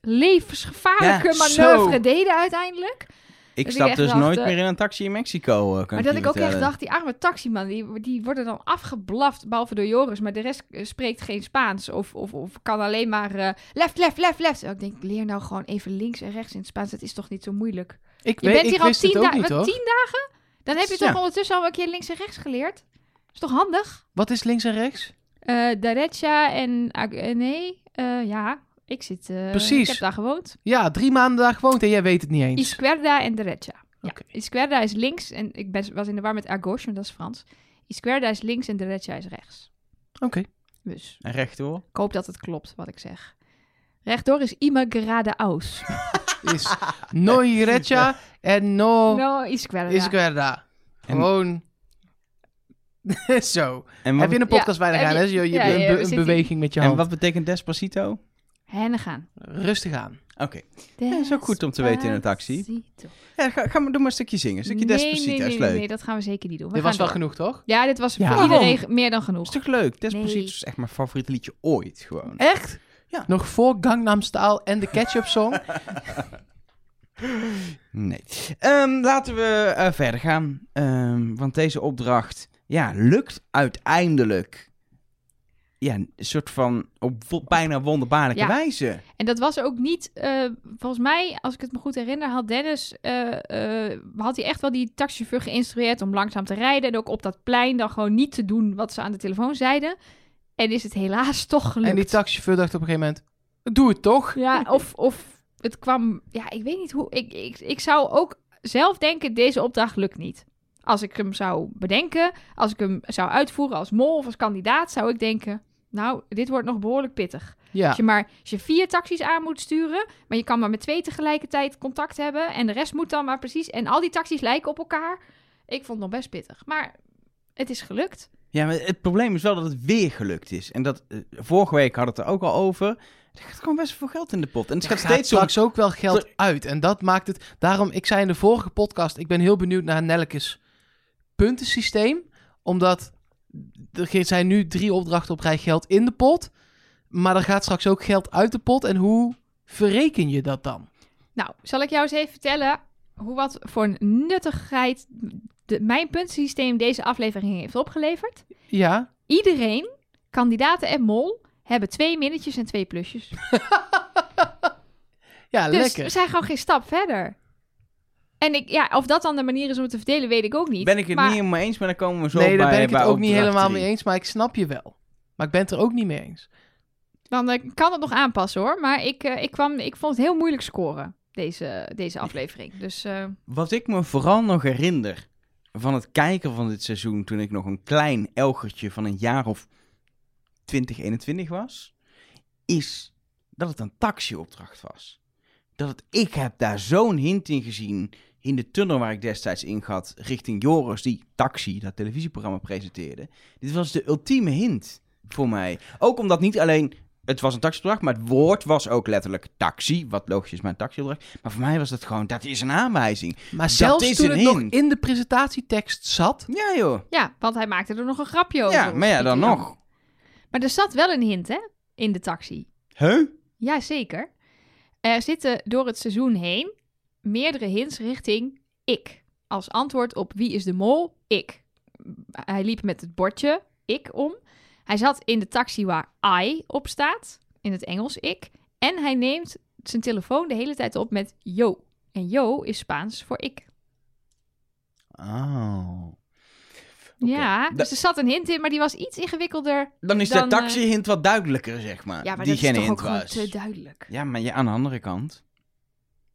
levensgevaarlijke Ja, zo. manoeuvre deden uiteindelijk. Ik Dus ik stap echt dus dacht, nooit eh, meer in een taxi in Mexico, eh, kan maar dat je ik ook echt vertellen. dacht, die arme taximan, die, die worden dan afgeblaft, behalve door Joris. Maar de rest eh, spreekt geen Spaans of, of, of kan alleen maar eh, left, left, left, left. Terwijl Ik denk, leer nou gewoon even links en rechts in het Spaans. Dat is toch niet zo moeilijk? Ik, Je weet, bent ik hier al wist tien, het ook da- niet wat, hoor. tien dagen? Dan heb je Ja. toch ondertussen al een keer links en rechts geleerd? Is toch handig? Wat is links en rechts? Eh Darecha en... Ag- eh, nee, eh, ja, ik zit... eh, Precies. Ik heb daar gewoond. Ja, drie maanden daar gewoond en jij weet het niet eens. Izquierda en Derecha. Ja. Oké. Izquierda is links en ik ben, was in de war met Agos, want dat is Frans. Izquierda is links en Derecha is rechts. Oké. Dus En rechtdoor. ik hoop dat het klopt wat ik zeg. Rechtdoor is ima gerade aus. Is no Irecha en Oh. no, No, Izquierda. Izquierda. En- Gewoon. Zo. En wat, Heb je in een podcast weinig heb aan, je- hè? Je, je ja, ja, een, we be- een zitten- beweging met je en hand. wat betekent Despacito? Hennen gaan. Rustig aan. Oké. dat is ook goed om te weten in een taxi. Ja, ga, ga maar, doe maar een stukje zingen. Een stukje Despacito nee, nee, is nee, leuk. nee, dat gaan we zeker niet doen. We Dit was gaan wel genoeg, toch? Ja, dit was Ja. voor Oh. iedereen meer dan genoeg. Is toch leuk? Despacito Nee. is echt mijn favoriete liedje ooit gewoon. Echt? Ja. Nog voor Gangnam Style en de Ketchup Song. Nee. Ehm, laten we eh, verder gaan. Ehm, want deze opdracht ja, lukt uiteindelijk. Ja, een soort van op wo- bijna wonderbaarlijke Ja. wijze. En dat was ook niet, eh, volgens mij, als ik het me goed herinner, had Dennis, eh, eh, had hij echt wel die taxichauffeur geïnstrueerd om langzaam te rijden. En ook op dat plein dan gewoon niet te doen wat ze aan de telefoon zeiden. En is het helaas toch gelukt. en die taxichauffeur dacht op een gegeven moment... Doe het toch? Ja, of, of het kwam, ja, ik weet niet hoe. Ik, ik, ik zou ook zelf denken, deze opdracht lukt niet. Als ik hem zou bedenken, als ik hem zou uitvoeren als mol of als kandidaat, zou ik denken, nou, dit wordt nog behoorlijk pittig. Ja. Als je maar als je vier taxis aan moet sturen, maar je kan maar met twee tegelijkertijd contact hebben en de rest moet dan maar precies. En al die taxis lijken op elkaar. Ik vond het nog best pittig, maar het is gelukt. Ja, maar het probleem is wel dat het weer gelukt is. En dat, eh, vorige week hadden we het er ook al over. Er gaat gewoon best veel geld in de pot. En het Er gaat gaat steeds om... straks ook wel geld uit. En dat maakt het... Daarom, ik zei in de vorige podcast... Ik ben heel benieuwd naar Nelleke's puntensysteem. Omdat er ge- zijn nu drie opdrachten op rij geld in de pot. Maar er gaat straks ook geld uit de pot. En hoe verreken je dat dan? Nou, zal ik jou eens even vertellen hoe wat voor een nuttigheid de, mijn puntensysteem deze aflevering heeft opgeleverd. Ja, Iedereen, kandidaten en mol, hebben twee minnetjes en twee plusjes. Ja, Dus we lekker. zijn gewoon geen stap verder. En ik, ja, of dat dan de manier is om het te verdelen, weet ik ook niet. Ben ik het maar- niet helemaal eens, maar dan komen we zo Nee, daar bij ben ik het bij ook niet opdracht helemaal drie. mee eens, maar ik snap je wel. Maar ik ben het er ook niet mee eens. Dan eh, kan het nog aanpassen hoor. Maar ik, eh, ik, kwam, ik vond het heel moeilijk scoren, deze, deze aflevering. Dus eh, Wat ik me vooral nog herinner van het kijken van dit seizoen... toen ik nog een klein elgertje van een jaar of 20, 21 was... is dat het een taxiopdracht was. Dat het, ik heb daar zo'n hint in gezien in de tunnel waar ik destijds in gaat... richting Joris, die Taxi, dat televisieprogramma, presenteerde. Dit was de ultieme hint voor mij. Ook omdat niet alleen... Het was een taxiopdracht, maar het woord was ook letterlijk taxi. Wat logisch is, maar een taxiopdracht. Maar voor mij was dat gewoon, dat is een aanwijzing. Maar zelfs is toen een het nog hint. in de presentatietekst zat... Ja, joh. ja, want hij maakte er nog een grapje over. Ja, maar ja, dan nog. Maar er zat wel een hint, hè? In de taxi. Huh? Jazeker. Er zitten door het seizoen heen meerdere hints richting ik als antwoord op wie is de mol? Ik. Hij liep met het bordje ik om. Hij zat in de taxi waar I op staat, in het Engels ik. En hij neemt zijn telefoon de hele tijd op met yo. En yo is Spaans voor ik. Oh. Ja, Da- dus er zat een hint in, maar die was iets ingewikkelder. Dan is Dan, eh, de taxi-hint wat duidelijker, zeg maar. Ja, maar die dat geen is toch ook hint gewoon was. te duidelijk. Ja, maar ja, aan de andere kant.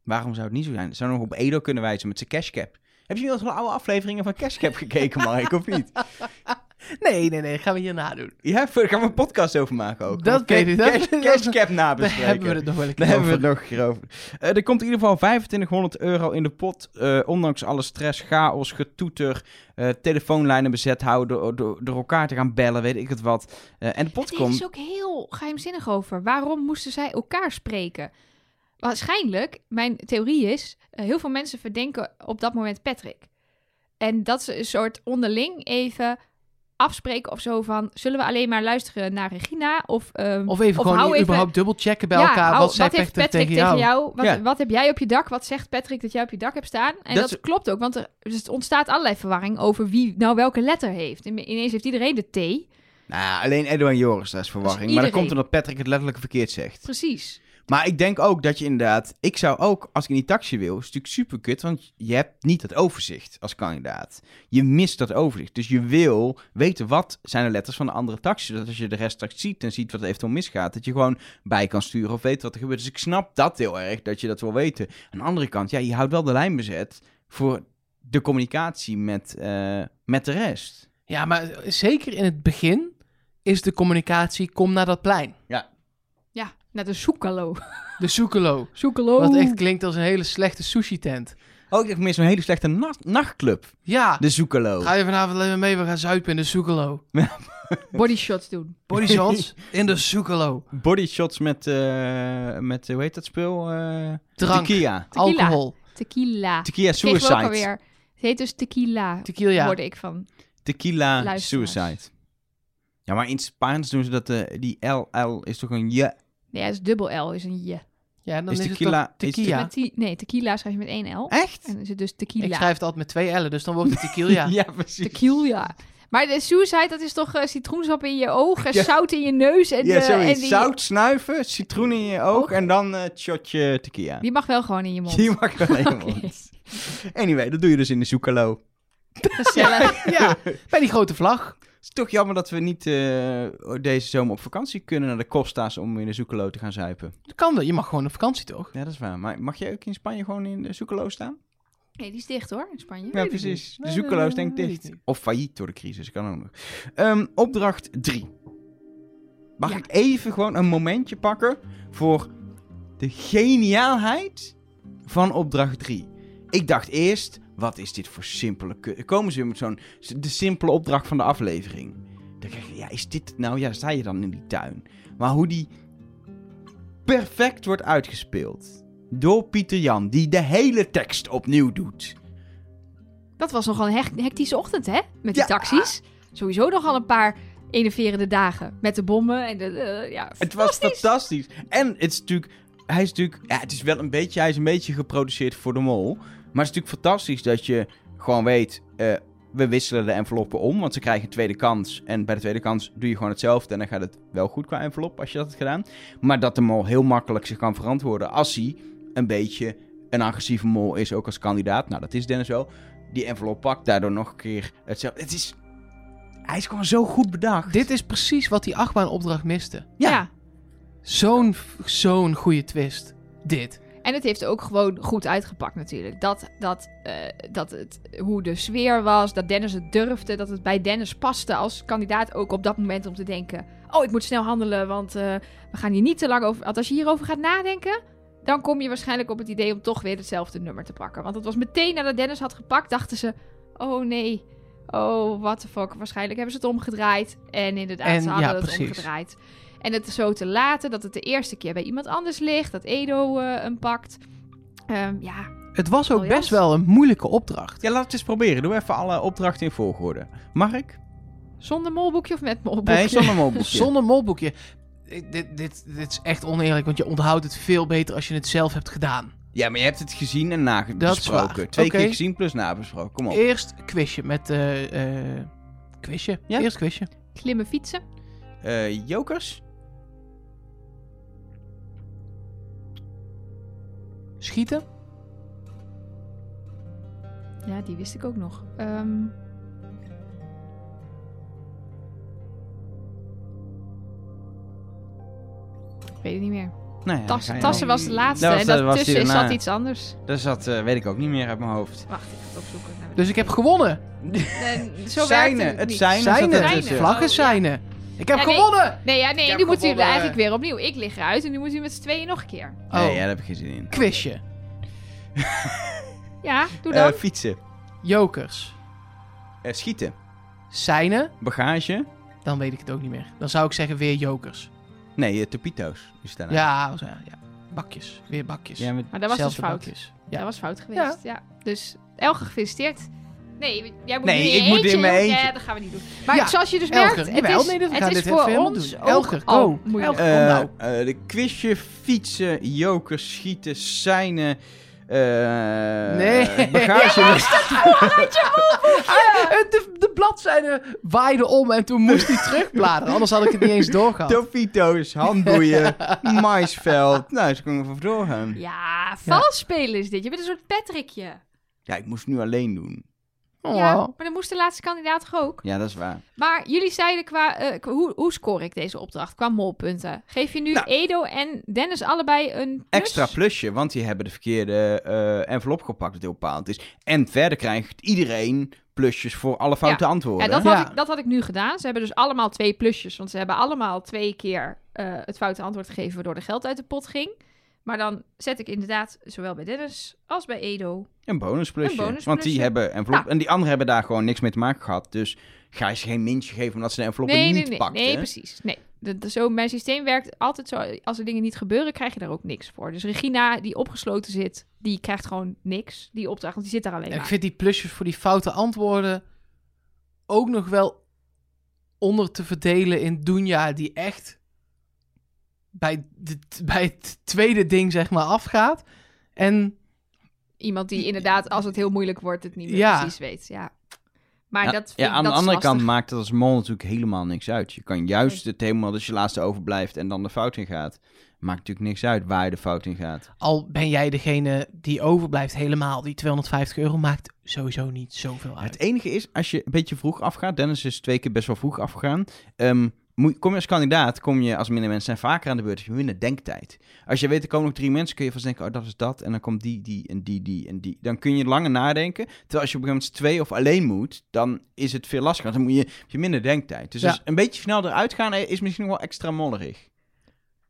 Waarom zou het niet zo zijn? Zou nog op Edo kunnen wijzen met zijn cashcap? Heb je wel eens wel oude afleveringen van Cashcap gekeken, Mark, of niet? Nee, nee, nee. dat Gaan we hier nadoen. Ja, daar gaan we een podcast over maken ook. Dat Gewoon weet ik, dat- Cash- dat- Cashcap Daar nabespreken. hebben we het nog wel een keer Daar hebben we het over. nog een keer over. Eh, er komt in ieder geval 2500 euro in de pot. eh, ondanks alle stress, chaos, getoeter, eh, telefoonlijnen bezet houden, door, door, door elkaar te gaan bellen, weet ik het wat. Eh, en de pot Het komt. is ook heel geheimzinnig over. Waarom moesten zij elkaar spreken? Waarschijnlijk, mijn theorie is, eh, heel veel mensen verdenken op dat moment Patrick. En dat ze een soort onderling even afspreken of zo van... zullen we alleen maar luisteren naar Regina? Of, ehm, Of even hou gewoon even- überhaupt dubbelchecken bij ja, elkaar. hou- wat zei heeft Patrick tegen jou? Wat, Ja. wat heb jij op je dak? Wat zegt Patrick dat jij op je dak hebt staan? Dat En dat, is- klopt ook, want er dus het ontstaat allerlei verwarring... over wie nou welke letter heeft. En Ineens heeft iedereen de T. Nou, alleen Edo en Joris, daar is verwarring. Maar dat iedereen. komt omdat Patrick het letterlijk verkeerd zegt. Precies. Maar ik denk ook dat je inderdaad... Ik zou ook, als ik in die taxi wil, is natuurlijk super kut. Want je hebt niet dat overzicht als kandidaat. Je mist dat overzicht. Dus je wil weten wat zijn de letters van de andere taxi. Zodat als je de rest straks ziet en ziet wat er eventueel misgaat... dat je gewoon bij kan sturen of weet wat er gebeurt. Dus ik snap dat heel erg, dat je dat wil weten. Aan de andere kant, ja, je houdt wel de lijn bezet... voor de communicatie met, eh, met de rest. Ja, maar zeker in het begin is de communicatie kom naar dat plein. Ja, net een soekalo. De Soekelo. Soekalo. Wat echt klinkt als een hele slechte sushi tent. Oh, ik dacht meer zo'n hele slechte na- nachtclub. Ja, De Zoekalo. ga je vanavond even mee, we gaan zuipen in de Soekelo. bodyshots doen. Body shots in de Soekelo. Bodyshots met, eh met, eh, hoe heet dat spul? Eh Drank, Tequila. Tequila. alcohol, Tequila. Tequila Geef me ook Suicide. alweer. Het heet dus tequila, tequila. hoorde ik van. Tequila Luisteraars. Suicide. Ja, maar in Spaans doen ze dat, eh, die LL is toch een je? Nee, het is dubbel L, is een je. Ja, dan Is is, tequila- het toch is tequila. Met die- nee, tequila schrijf je met één L. Echt? En dan is het dus Ik tequila. schrijf het altijd met twee L'en, dus dan wordt het tequila. ja. precies. Tequila. Maar de suicide, dat is toch eh, citroensap in je ogen, Ja. zout in je neus en, ja, de- zoiets. en die, Zout snuiven, citroen in je oog en dan eh, het shotje tequila. die mag wel gewoon in je mond. Die mag wel in je Oké. mond. Anyway, dat doe je dus in de Zoekalo. Gezellig. bij die grote vlag. Het is toch jammer dat we niet eh, deze zomer op vakantie kunnen naar de Costa's om in de Zoekalo te gaan zuipen. Dat kan wel, je mag gewoon op vakantie toch? Ja, dat is waar. Maar mag je ook in Spanje gewoon in de Zoekalo staan? Nee, die is dicht hoor, in Spanje. Ja, Weet ik precies. niet. De Nee, zoekeloos nee, denkt nee, dicht. weet ik niet. Of failliet door de crisis, kan ook nog. Ehm, opdracht 3. Mag Ja. ik even gewoon een momentje pakken voor de geniaalheid van opdracht 3? Ik dacht eerst, wat is dit voor simpele... ku- Komen ze weer met zo'n... De simpele opdracht van de aflevering. Dan krijg je, ja, is dit het nou? Ja, sta je dan in die tuin. Maar hoe die perfect wordt uitgespeeld door Pieter Jan, die de hele tekst opnieuw doet. Dat was nogal een hec- hectische ochtend, hè? Met die Ja. taxis. Sowieso nogal een paar enerverende dagen. Met de bommen en de... eh, ja, Het was fantastisch. fantastisch. En het is natuurlijk. Hij is natuurlijk. Ja, het is wel een beetje. Hij is een beetje geproduceerd voor de mol. Maar het is natuurlijk fantastisch dat je gewoon weet. eh, we wisselen de enveloppen om. Want ze krijgen een tweede kans. En bij de tweede kans doe je gewoon hetzelfde. En dan gaat het wel goed qua envelop als je dat hebt gedaan. Maar dat de mol heel makkelijk zich kan verantwoorden. Als hij een beetje een agressieve mol is. Ook als kandidaat. Nou, dat is Dennis wel. Die envelop pakt daardoor nog een keer hetzelfde. Het is. Hij is gewoon zo goed bedacht. Dit is precies wat die achtbaanopdracht miste. Ja. ja, Zo'n, zo'n goede twist. Dit. En het heeft ook gewoon goed uitgepakt natuurlijk. Dat, dat, eh, dat het, hoe de sfeer was, dat Dennis het durfde, dat het bij Dennis paste als kandidaat ook op dat moment om te denken... Oh, ik moet snel handelen, want eh, we gaan hier niet te lang over... Want als je hierover gaat nadenken, dan kom je waarschijnlijk op het idee om toch weer hetzelfde nummer te pakken. Want het was meteen nadat Dennis had gepakt, dachten ze... Oh nee, oh what the fuck, waarschijnlijk hebben ze het omgedraaid. En inderdaad, En ze hadden ja, het precies. omgedraaid. En het zo te laten dat het de eerste keer bij iemand anders ligt, dat Edo eh, hem pakt... Ehm, ja, Het was ook Briljant. best wel een moeilijke opdracht. Ja, laat het eens proberen. Doe even alle opdrachten in volgorde. Mark? zonder molboekje of met molboekje? Nee, zonder molboekje. Zonder Eh, molboekje. Ik- Dit, dit, dit is echt oneerlijk, want je onthoudt het veel beter als je het zelf hebt gedaan. Ja, maar je hebt het gezien en Dat is waar. nagesproken. Twee Oké. E- keer gezien plus nabesproken. Kom op. Eerst quizje met... eh eh quizje? Ja. Eerst quizje. Klimmen fietsen. Eh, jokers? Schieten? Ja, die wist ik ook nog. Ehm, Ik weet het niet meer. Nou ja, Tas- ga je tassen al. was de laatste. Dat was- en dat was die daartussen daarna. zat iets anders. Dat zat, eh, weet ik ook niet meer uit mijn hoofd. Wacht, ik ga het opzoeken. Nou, Dus ik heb gewonnen. en, zo Seinen, werkt het, het niet. seinen zat Seinen. ertussen. Vlaggen Oh, ja. seinen. Ik heb Ja, nee. gewonnen! Nee, ja, nee heb nu moet u gewonnen. eigenlijk weer opnieuw. Ik lig eruit en nu moet u met z'n tweeën nog een keer. Oh, Nee, ja, daar heb ik geen zin in. quizje. Ja, doe dan. Eh, fietsen. Jokers. Eh, schieten. Seinen? Bagage. Dan weet ik het ook niet meer. Dan zou ik zeggen weer jokers. Nee, eh, topito's. Is daarna. Ja, oh, ja, ja. bakjes. Weer bakjes. Ja, maar- maar dat was dus Zelfde fout. bakjes. Dat Ja. was fout geweest. Ja. Dus Elge gefeliciteerd. Nee, jij moet Nee, nu in je ik moet in eentje, mijn joh. eentje. Ja, dat gaan we niet doen. Maar Ja, zoals je dus merkt, Elger, het jawel, is, nee, dat- we het gaan is dit voor even helemaal ons doen. ook Elger, al go. moeilijk. Elger. Kom nou. Eh, eh, de quizje, fietsen, jokers, schieten, seinen. eh, Nee. Bagage. Ah, de, de bladzijde waaide om en toen moest hij terugbladeren. Anders had ik het niet eens doorgehad. Tofito's, handboeien, maisveld. Nou, ze kunnen we voor doorgaan. Ja. Ja, vals spelen is dit. Je bent een soort Patrickje. ik moest het nu alleen doen. Oh. Ja, maar dan moest de laatste kandidaat toch ook? Ja, dat is waar. Maar jullie zeiden qua, eh, qua- hoe, hoe score ik deze opdracht? Qua molpunten. Geef je nu Nou. Edo en Dennis allebei een plus? Extra plusje, want die hebben de verkeerde eh, envelop gepakt, dat heel bepaald is. En verder krijgt iedereen plusjes voor alle foute antwoorden. Ja, dat had, Ja. Ik, dat had ik nu gedaan. Ze hebben dus allemaal twee plusjes. Want ze hebben allemaal twee keer eh, het foute antwoord gegeven... waardoor er geld uit de pot ging. Maar dan zet ik inderdaad zowel bij Dennis als bij Edo... Een bonusplusje. Een bonusplusje. Want die hebben envelop. Ja. En die anderen hebben daar gewoon niks mee te maken gehad. Dus ga je ze geen mintje geven omdat ze de enveloppen nee, niet nee, nee, pakten. nee, precies. Nee. Dat- dat- zo, mijn systeem werkt altijd zo. Als er dingen niet gebeuren, krijg je daar ook niks voor. Dus Regina, die opgesloten zit, die krijgt gewoon niks. Die opdracht, want die zit daar alleen Ik maar. vind die plusjes voor die foute antwoorden ook nog wel onder te verdelen in Doenja, die echt bij, de, bij het tweede ding zeg maar afgaat. En Iemand die inderdaad, als het heel moeilijk wordt, het niet meer Ja. precies weet. Ja. Maar Ja, dat ja, vind, aan de dat is andere lastig. kant maakt het als mol natuurlijk helemaal niks uit. Je kan juist het helemaal dat je laatste overblijft en dan de fout in gaat. Maakt natuurlijk niks uit waar je de fout in gaat. al ben jij degene die overblijft helemaal, die 250 euro maakt sowieso niet zoveel uit. Het enige is, als je een beetje vroeg afgaat, Dennis is twee keer best wel vroeg afgegaan. ehm, moet- kom je als kandidaat, kom je als minder mensen zijn vaker aan de beurt, dus je hebt minder denktijd. Als je weet, er komen nog drie mensen, kun je vast denken, oh dat is dat, en dan komt die, die en die, die en die. Dan kun je langer nadenken, terwijl als je op een gegeven moment twee of alleen moet, dan is het veel lastiger, want dan moet je, heb je minder denktijd. Dus Ja. als een beetje snel eruit gaan eh, is misschien nog wel extra mollerig.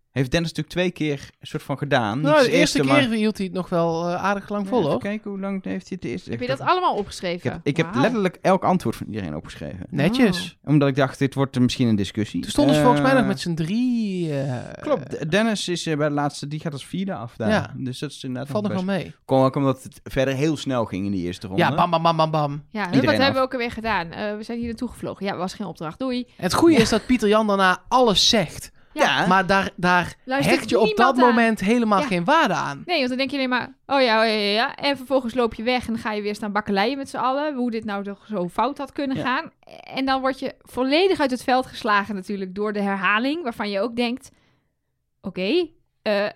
Heeft Dennis natuurlijk twee keer een soort van gedaan. nou, Niet de als eerste maar- keer hield hij het nog wel eh, aardig lang vol, Ja, even hoor. kijken, hoe lang heeft hij het de eerste Heb je dat allemaal opgeschreven? Ik heb, ik heb Wauw. letterlijk elk antwoord van iedereen opgeschreven. Netjes. Omdat ik dacht, dit wordt misschien een discussie. Toen stonden ze volgens mij nog Eh, met z'n drie. eh, Klopt, Dennis is eh, bij de laatste, die gaat als vierde af daar. Ja. Dus dat is inderdaad Valt nog wel best- mee. Kon ook omdat het verder heel snel ging in die eerste ronde. Ja, bam, bam, bam, bam, bam. Ja, hè, wat Iedereen hebben af. we ook alweer gedaan? Eh, we zijn hier naartoe gevlogen. Ja, was geen opdracht. Doei. En het goede is dat Pieter Jan daarna alles zegt. Ja. Maar daar, daar Luistert hecht je op niemand dat aan. moment helemaal Ja. geen waarde aan. Nee, want dan denk je alleen maar, oh ja, oh ja, ja, ja. En vervolgens loop je weg en dan ga je weer staan bakkeleien met z'n allen. Hoe dit nou toch zo fout had kunnen Ja. gaan. En dan word je volledig uit het veld geslagen natuurlijk door de herhaling. Waarvan je ook denkt, oké, eh,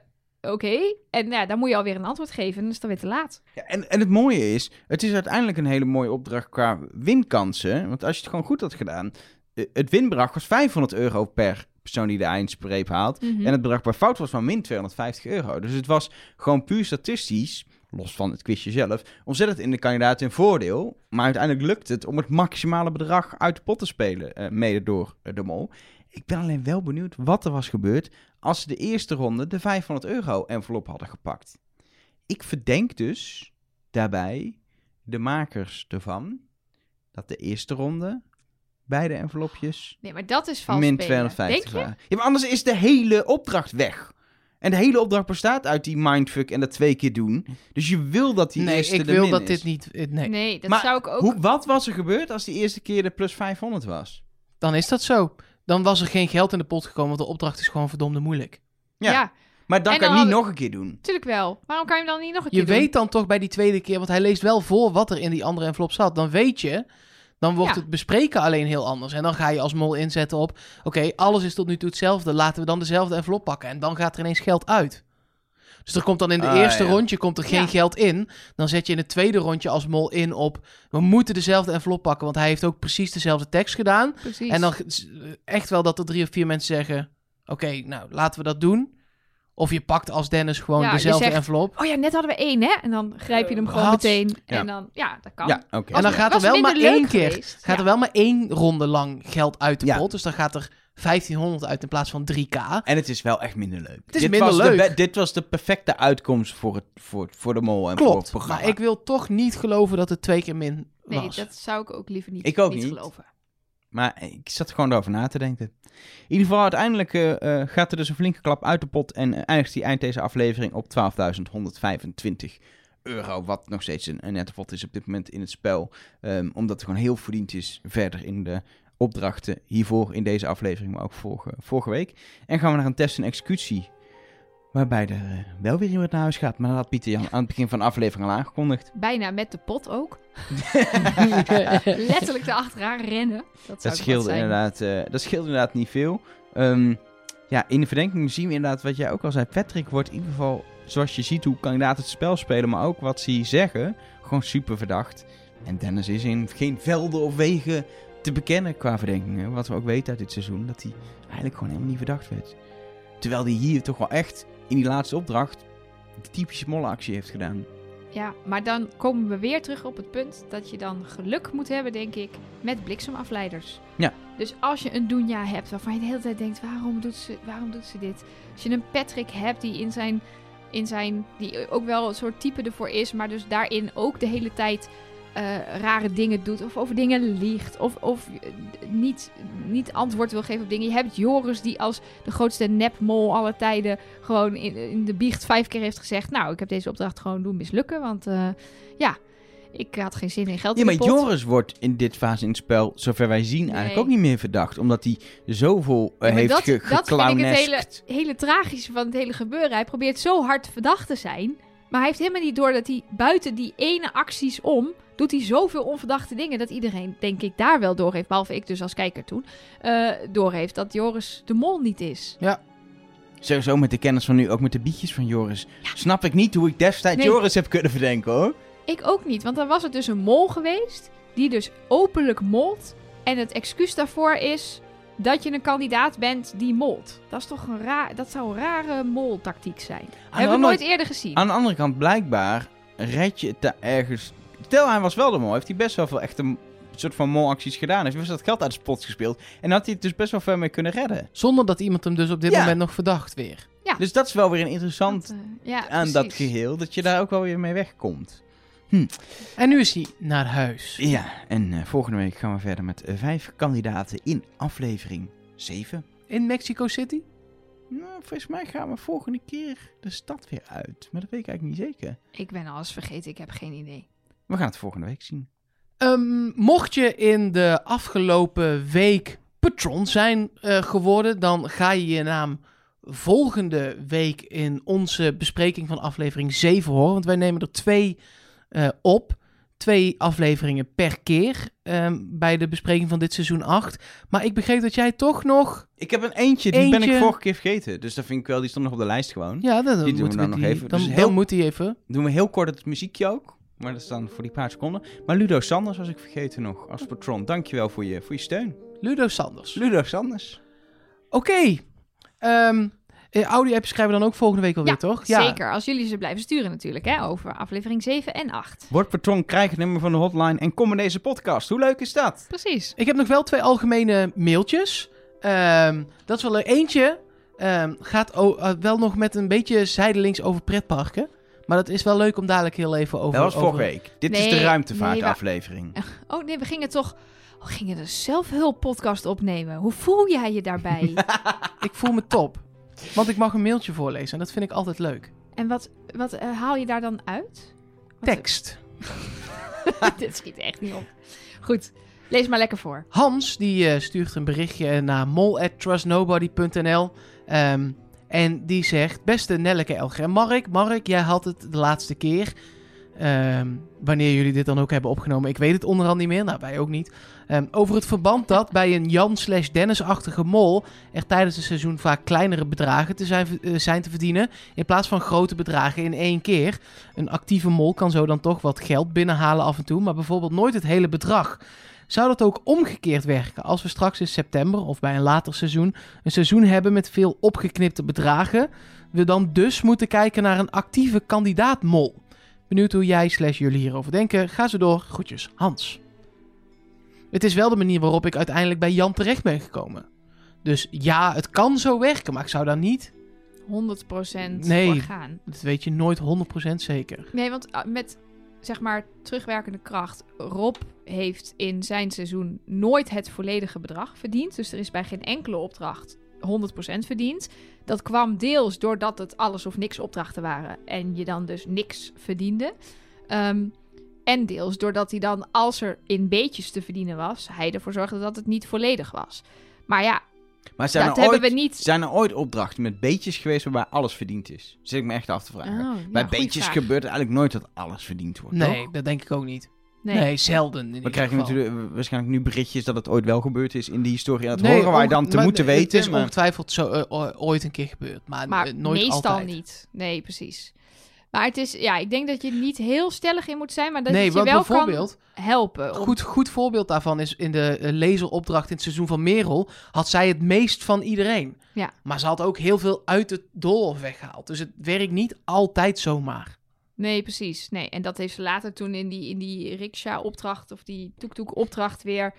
oké. En ja, dan moet je alweer een antwoord geven en dan is het weer te laat. Ja, en, en het mooie is, het is uiteindelijk een hele mooie opdracht qua winkansen. Want als je het gewoon goed had gedaan, eh, het winbedrag was 500 euro per persoon die de eindstreep haalt. Mhm. Mhm. En het bedrag bij fout was van min 250 euro. Dus het was gewoon puur statistisch, los van het quizje zelf, ontzettend in de kandidaat in voordeel. Maar uiteindelijk lukt het om het maximale bedrag uit de pot te spelen, eh, mede door eh, de mol. Ik ben alleen wel benieuwd wat er was gebeurd als ze de eerste ronde de 500 euro envelop hadden gepakt. Ik verdenk dus daarbij de makers ervan dat de eerste ronde beide envelopjes Nee, maar dat is vals min spelen. 250 Denk je? waren. Ja, maar anders is de hele opdracht weg. En de hele opdracht bestaat uit die mindfuck en dat twee keer doen. Dus je wil dat die nee, eerste ik de wil min dat is. dit niet... eh, Nee. Nee, dat Maar zou ik ook... Hoe, wat was er gebeurd als die eerste keer de plus 500 was? Dan is dat zo. Dan was er geen geld in de pot gekomen, want de opdracht is gewoon verdomde moeilijk. Ja. ja. Maar, Maar dat En kan dan je niet hadden- nog een keer doen. Tuurlijk wel. Waarom kan je hem dan niet nog een keer Je doen? weet dan toch bij die tweede keer, want hij leest wel voor wat er in die andere envelop zat. Dan weet je, dan wordt Ja. het bespreken alleen heel anders. En dan ga je als mol inzetten op, oké, alles is tot nu toe hetzelfde. Laten we dan dezelfde envelop pakken. En dan gaat er ineens geld uit. Dus er komt dan in de Ah, eerste ja. rondje komt er geen Ja. geld in. Dan zet je in het tweede rondje als mol in op, we moeten dezelfde envelop pakken. Want hij heeft ook precies dezelfde tekst gedaan. Precies. En dan g- echt wel dat er drie of vier mensen zeggen: Oké, nou laten we dat doen. Of je pakt als Dennis gewoon Ja, je dezelfde zegt, envelop. Oh ja, net hadden we één, hè? En dan grijp je hem gewoon Eh, Had. meteen. Ja. En dan, ja, dat kan. Ja, oké. En dan was- gaat er was wel maar minder leuk één keer. geweest. Gaat Ja. er wel maar één ronde lang geld uit de Ja. pot. Dus dan gaat er 1500 uit in plaats van 3k. En het is wel echt minder leuk. Het is dit minder was leuk. De, be- dit was de perfecte uitkomst voor, het, voor, voor de mol en voor het Klopt. programma. Maar ik wil toch niet geloven dat het twee keer min was. Nee, dat zou ik ook liever niet, Ik ook niet. geloven. Maar ik zat er gewoon over na te denken. In ieder geval, uiteindelijk eh, eh, gaat er dus een flinke klap uit de pot. En eh, eindigt die eind deze aflevering op 12.125 euro. Wat nog steeds een, een nette pot is op dit moment in het spel. Ehm, omdat het gewoon heel verdiend is verder in de opdrachten hiervoor in deze aflevering. Maar ook vorige, vorige week. En gaan we naar een test en executie. Waarbij er eh, wel weer iemand naar huis gaat. Maar dat had Pieter Jan aan het begin van de aflevering al aangekondigd. Bijna met de pot ook. Letterlijk erachteraan rennen. Dat, zou Dat scheelt scheelde, inderdaad, eh, dat scheelde inderdaad niet veel. Ehm, ja, in de verdenking zien we inderdaad wat jij ook al zei. Patrick wordt in ieder geval, zoals je ziet hoe kandidaat het spel spelen, maar ook wat ze hier zeggen, gewoon super verdacht. En Dennis is in geen velden of wegen te bekennen qua verdenkingen. Wat we ook weten uit dit seizoen, dat hij eigenlijk gewoon helemaal niet verdacht werd. Terwijl hij hier toch wel echt, in die laatste opdracht, de typische mollenactie heeft gedaan. Ja, maar dan komen we weer terug op het punt dat je dan geluk moet hebben, denk ik, met bliksemafleiders. Ja. Dus als je een Dunja hebt waarvan je de hele tijd denkt, waarom doet ze, waarom doet ze dit? Als je een Patrick hebt die in zijn, in zijn, die ook wel een soort type ervoor is, maar dus daarin ook de hele tijd eh, rare dingen doet of over dingen liegt of, of eh, d- niet, niet antwoord wil geven op dingen. Je hebt Joris die als de grootste nepmol alle tijden gewoon in, in de biecht vijf keer heeft gezegd... nou, ik heb deze opdracht gewoon doen mislukken, want eh, ja, ik had geen zin in geld Ja, in de maar pot. Joris wordt in dit fase in het spel, zover wij zien, eigenlijk Nee. ook niet meer verdacht. Omdat hij zoveel eh, Ja, maar heeft dat- ge dat vind ik het geclowneskt. hele- hele tragische van het hele gebeuren. Hij probeert zo hard verdacht te zijn. Maar hij heeft helemaal niet door dat hij buiten die ene acties om. doet hij zoveel onverdachte dingen. dat iedereen, denk ik, daar wel door heeft. Behalve ik dus als kijker toen. eh door heeft dat Joris de Mol niet is. Sowieso met de kennis van nu, ook met de bietjes van Joris. Snap ik niet hoe ik destijds Nee. Joris heb kunnen verdenken hoor. Ik ook niet, want dan was het dus een mol geweest. die dus openlijk molt. En het excuus daarvoor is. dat je een kandidaat bent die molt. Dat is toch een raar. Dat zou een rare moltactiek zijn. Hebben we andere- nooit eerder gezien. Aan de andere kant, blijkbaar red je het daar ergens. Stel, hij was wel de mol. Heeft hij best wel veel echte soort van molacties gedaan. Heeft best wel dat geld uit de pot gespeeld. En had hij het dus best wel ver mee kunnen redden. Zonder dat iemand hem dus op dit Ja. moment nog verdacht weer. Ja. Dus dat is wel weer een interessant Dat, eh, ja, aan dat precies. geheel. Dat je daar ook wel weer mee wegkomt. En nu is hij naar huis. Ja, en eh, volgende week gaan we verder met eh, vijf kandidaten in aflevering 7. In Mexico City? Nou, volgens mij gaan we volgende keer de stad weer uit. Maar dat weet ik eigenlijk niet zeker. Ik ben alles vergeten, ik heb geen idee. We gaan het volgende week zien. Ehm, mocht je in de afgelopen week patron zijn eh, geworden, dan ga je je naam volgende week in onze bespreking van aflevering 7 horen. Want wij nemen er twee eh, op. Twee afleveringen per keer ehm, bij de bespreking van dit seizoen 8. Maar ik begreep dat jij toch nog. Ik heb een eentje, die ben Eentje. ik vorige keer vergeten. Dus dat vind ik wel, die stond nog op de lijst gewoon. Ja, dat, Hm? doen we moeten dan we nog die- even. Dan, Dus dan heel- moet hij even. Doen we heel kort het muziekje ook. Maar dat is dan voor die paar seconden. Maar Ludo Sanders was ik vergeten nog als patron. Dankjewel voor je, voor je steun. Ludo Sanders. Ludo Sanders. Oké. Ehm Audio-apps schrijven we dan ook volgende week alweer, Ja, toch? Zeker, als jullie ze blijven sturen natuurlijk, hè, over aflevering 7 en 8. Word patron, krijg het nummer van de hotline en kom in deze podcast. Hoe leuk is dat? Precies. Ik heb nog wel twee algemene mailtjes. Ehm, dat is wel een eentje. ehm, gaat o- eh, wel nog met een beetje zijdelings over pretparken. Maar dat is wel leuk om dadelijk heel even over... dat was vorige over- week. Dit is Nee, de nee, wa- ruimtevaartaflevering. Oh nee, we gingen toch... We gingen een zelfhulp-podcast opnemen. Hoe voel jij je daarbij? Ik voel me top. Want ik mag een mailtje voorlezen en dat vind ik altijd leuk. en wat, wat eh, haal je daar dan uit? Wat- Tekst. Dit schiet echt niet op. Goed, lees maar lekker voor. Hans die eh, stuurt een berichtje naar mol@trustnobody.nl. Ehm, En die zegt, beste Nelleke, Elger en Mark. Mark, jij had het de laatste keer. Ehm, wanneer jullie dit dan ook hebben opgenomen. Ik weet het onderhand niet meer. Nou, wij ook niet. Ehm, over het verband dat bij een Jan slash Dennis-achtige mol... er tijdens het seizoen vaak kleinere bedragen te zijn, eh, zijn te verdienen... in plaats van grote bedragen in één keer. Een actieve mol kan zo dan toch wat geld binnenhalen af en toe... maar bijvoorbeeld nooit het hele bedrag. Zou dat ook omgekeerd werken als we straks in september of bij een later seizoen een seizoen hebben met veel opgeknipte bedragen? We dan dus moeten kijken naar een actieve kandidaat-mol. Benieuwd hoe jij slash jullie hierover denken? Ga ze door. Groetjes, Hans. Het is wel de manier waarop ik uiteindelijk bij Jan terecht ben gekomen. Dus ja, het kan zo werken, maar ik zou daar niet... 100% Nee. voor gaan. Dat weet je nooit 100% zeker. Nee, want ah, met zeg maar terugwerkende kracht. Rob heeft in zijn seizoen nooit het volledige bedrag verdiend. Dus er is bij geen enkele opdracht 100% verdiend. Dat kwam deels doordat het alles of niks opdrachten waren. En je dan dus niks verdiende. Ehm, en deels doordat hij dan, als er in beetjes te verdienen was, hij ervoor zorgde dat het niet volledig was. Maar ja, Maar zijn dat er, hebben ooit, we niet. zijn er ooit opdrachten met beetjes geweest waarbij alles verdiend is? Zit ik me echt af te vragen. Oh, ja, Bij goeie beetjes vraag. gebeurt eigenlijk nooit dat alles verdiend wordt. Nee, toch? dat denk ik ook niet. Nee. Nee, zelden. In We ieder krijgen geval. natuurlijk waarschijnlijk nu berichtjes dat het ooit wel gebeurd is in die historie aan het Nee, horen, oh, waar je onge- dan te maar moeten het- weten. Het is maar- ongetwijfeld zo, eh, o- ooit een keer gebeurd, maar, Maar eh, nooit meestal altijd. niet. Nee, precies. Maar het is, ja, ik denk dat je er niet heel stellig in moet zijn, maar dat nee, het je want wel kan bijvoorbeeld, helpen. om- goed, goed voorbeeld daarvan is in de eh, lezeropdracht in het seizoen van Merel, had zij het meest van iedereen. Ja. Maar ze had ook heel veel uit het doolhof weggehaald. Dus het werkt niet altijd zomaar. Nee, precies. Nee, en dat heeft ze later toen in die, in die riksha-opdracht of die toektoek-opdracht weer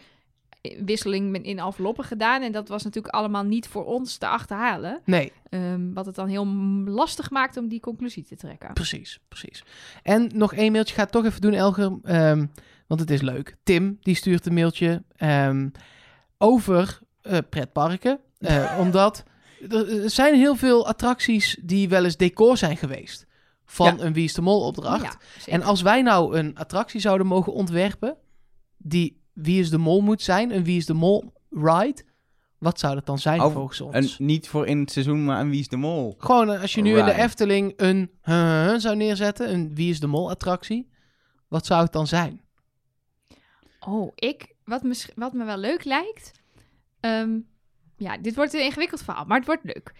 eh, wisseling met- in enveloppen gedaan. En dat was natuurlijk allemaal niet voor ons te achterhalen. Nee, Ehm, wat het dan heel m- lastig maakt om die conclusie te trekken. precies, precies. En nog één mailtje, ga het toch even doen Elger, ehm, want het is leuk. Tim, die stuurt een mailtje ehm, over eh, pretparken, eh, omdat er er zijn heel veel attracties die wel eens decor zijn geweest van een Wie is de Mol opdracht. Ja, zeker. En als wij nou een attractie zouden mogen ontwerpen, die Wie is de Mol moet zijn, een Wie is de Mol ride, wat zou dat dan zijn Of volgens ons? En niet voor in het seizoen, maar aan Wie is de Mol? Gewoon eh, als je nu in de Ride. Efteling een huh, huh, zou neerzetten, een Wie is de Mol attractie, wat zou het dan zijn? Oh, ik, wat me, wat me wel leuk lijkt. Ehm, ja, dit wordt een ingewikkeld verhaal, maar het wordt leuk.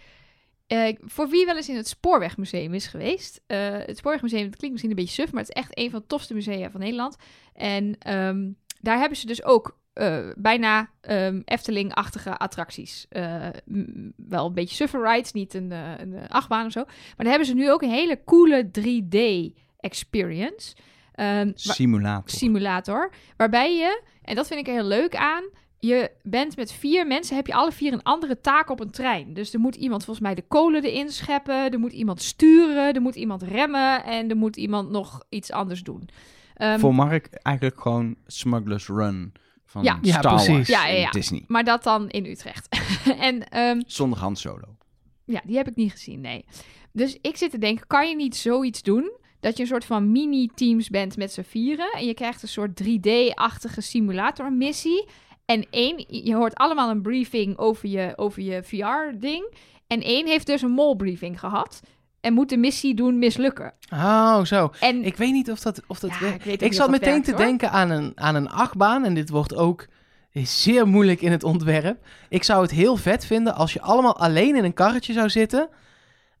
Eh, voor wie wel eens in het Spoorwegmuseum is geweest. eh, het Spoorwegmuseum, dat klinkt misschien een beetje suf, maar het is echt een van de tofste musea van Nederland. En ehm, daar hebben ze dus ook eh, bijna ehm, Efteling-achtige attracties. Eh, m- wel een beetje suffer rides, niet een, eh, een eh, achtbaan of zo. Maar daar hebben ze nu ook een hele coole 3D-experience. Ehm, Simulator. simulator. Waarbij je, en dat vind ik er heel leuk aan. Je bent met vier mensen, heb je alle vier een andere taak op een trein. Dus er moet iemand volgens mij de kolen erin scheppen. Er moet iemand sturen. Er moet iemand remmen. En er moet iemand nog iets anders doen. Ehm, voor Mark eigenlijk gewoon Smuggler's Run van Ja. Ja, Star Wars precies. Ja, ja, en ja. Disney. Maar dat dan in Utrecht. en ehm, Zonder Han Solo. ja, die heb ik niet gezien, nee. Dus ik zit te denken, kan je niet zoiets doen... dat je een soort van mini-teams bent met z'n vieren... en je krijgt een soort 3D-achtige simulator-missie... En één, je hoort allemaal een briefing over je, over je VR-ding. En één heeft dus een mol-briefing gehad. En moet de missie doen mislukken. Oh, zo. En Ik weet niet of dat, of dat Ja, werkt. ik weet ook ik niet zat of dat meteen werkt, te hoor. denken aan een, aan een achtbaan. En dit wordt ook zeer moeilijk in het ontwerp. Ik zou het heel vet vinden als je allemaal alleen in een karretje zou zitten.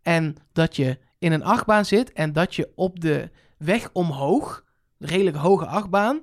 En dat je in een achtbaan zit. En dat je op de weg omhoog, een redelijk hoge achtbaan,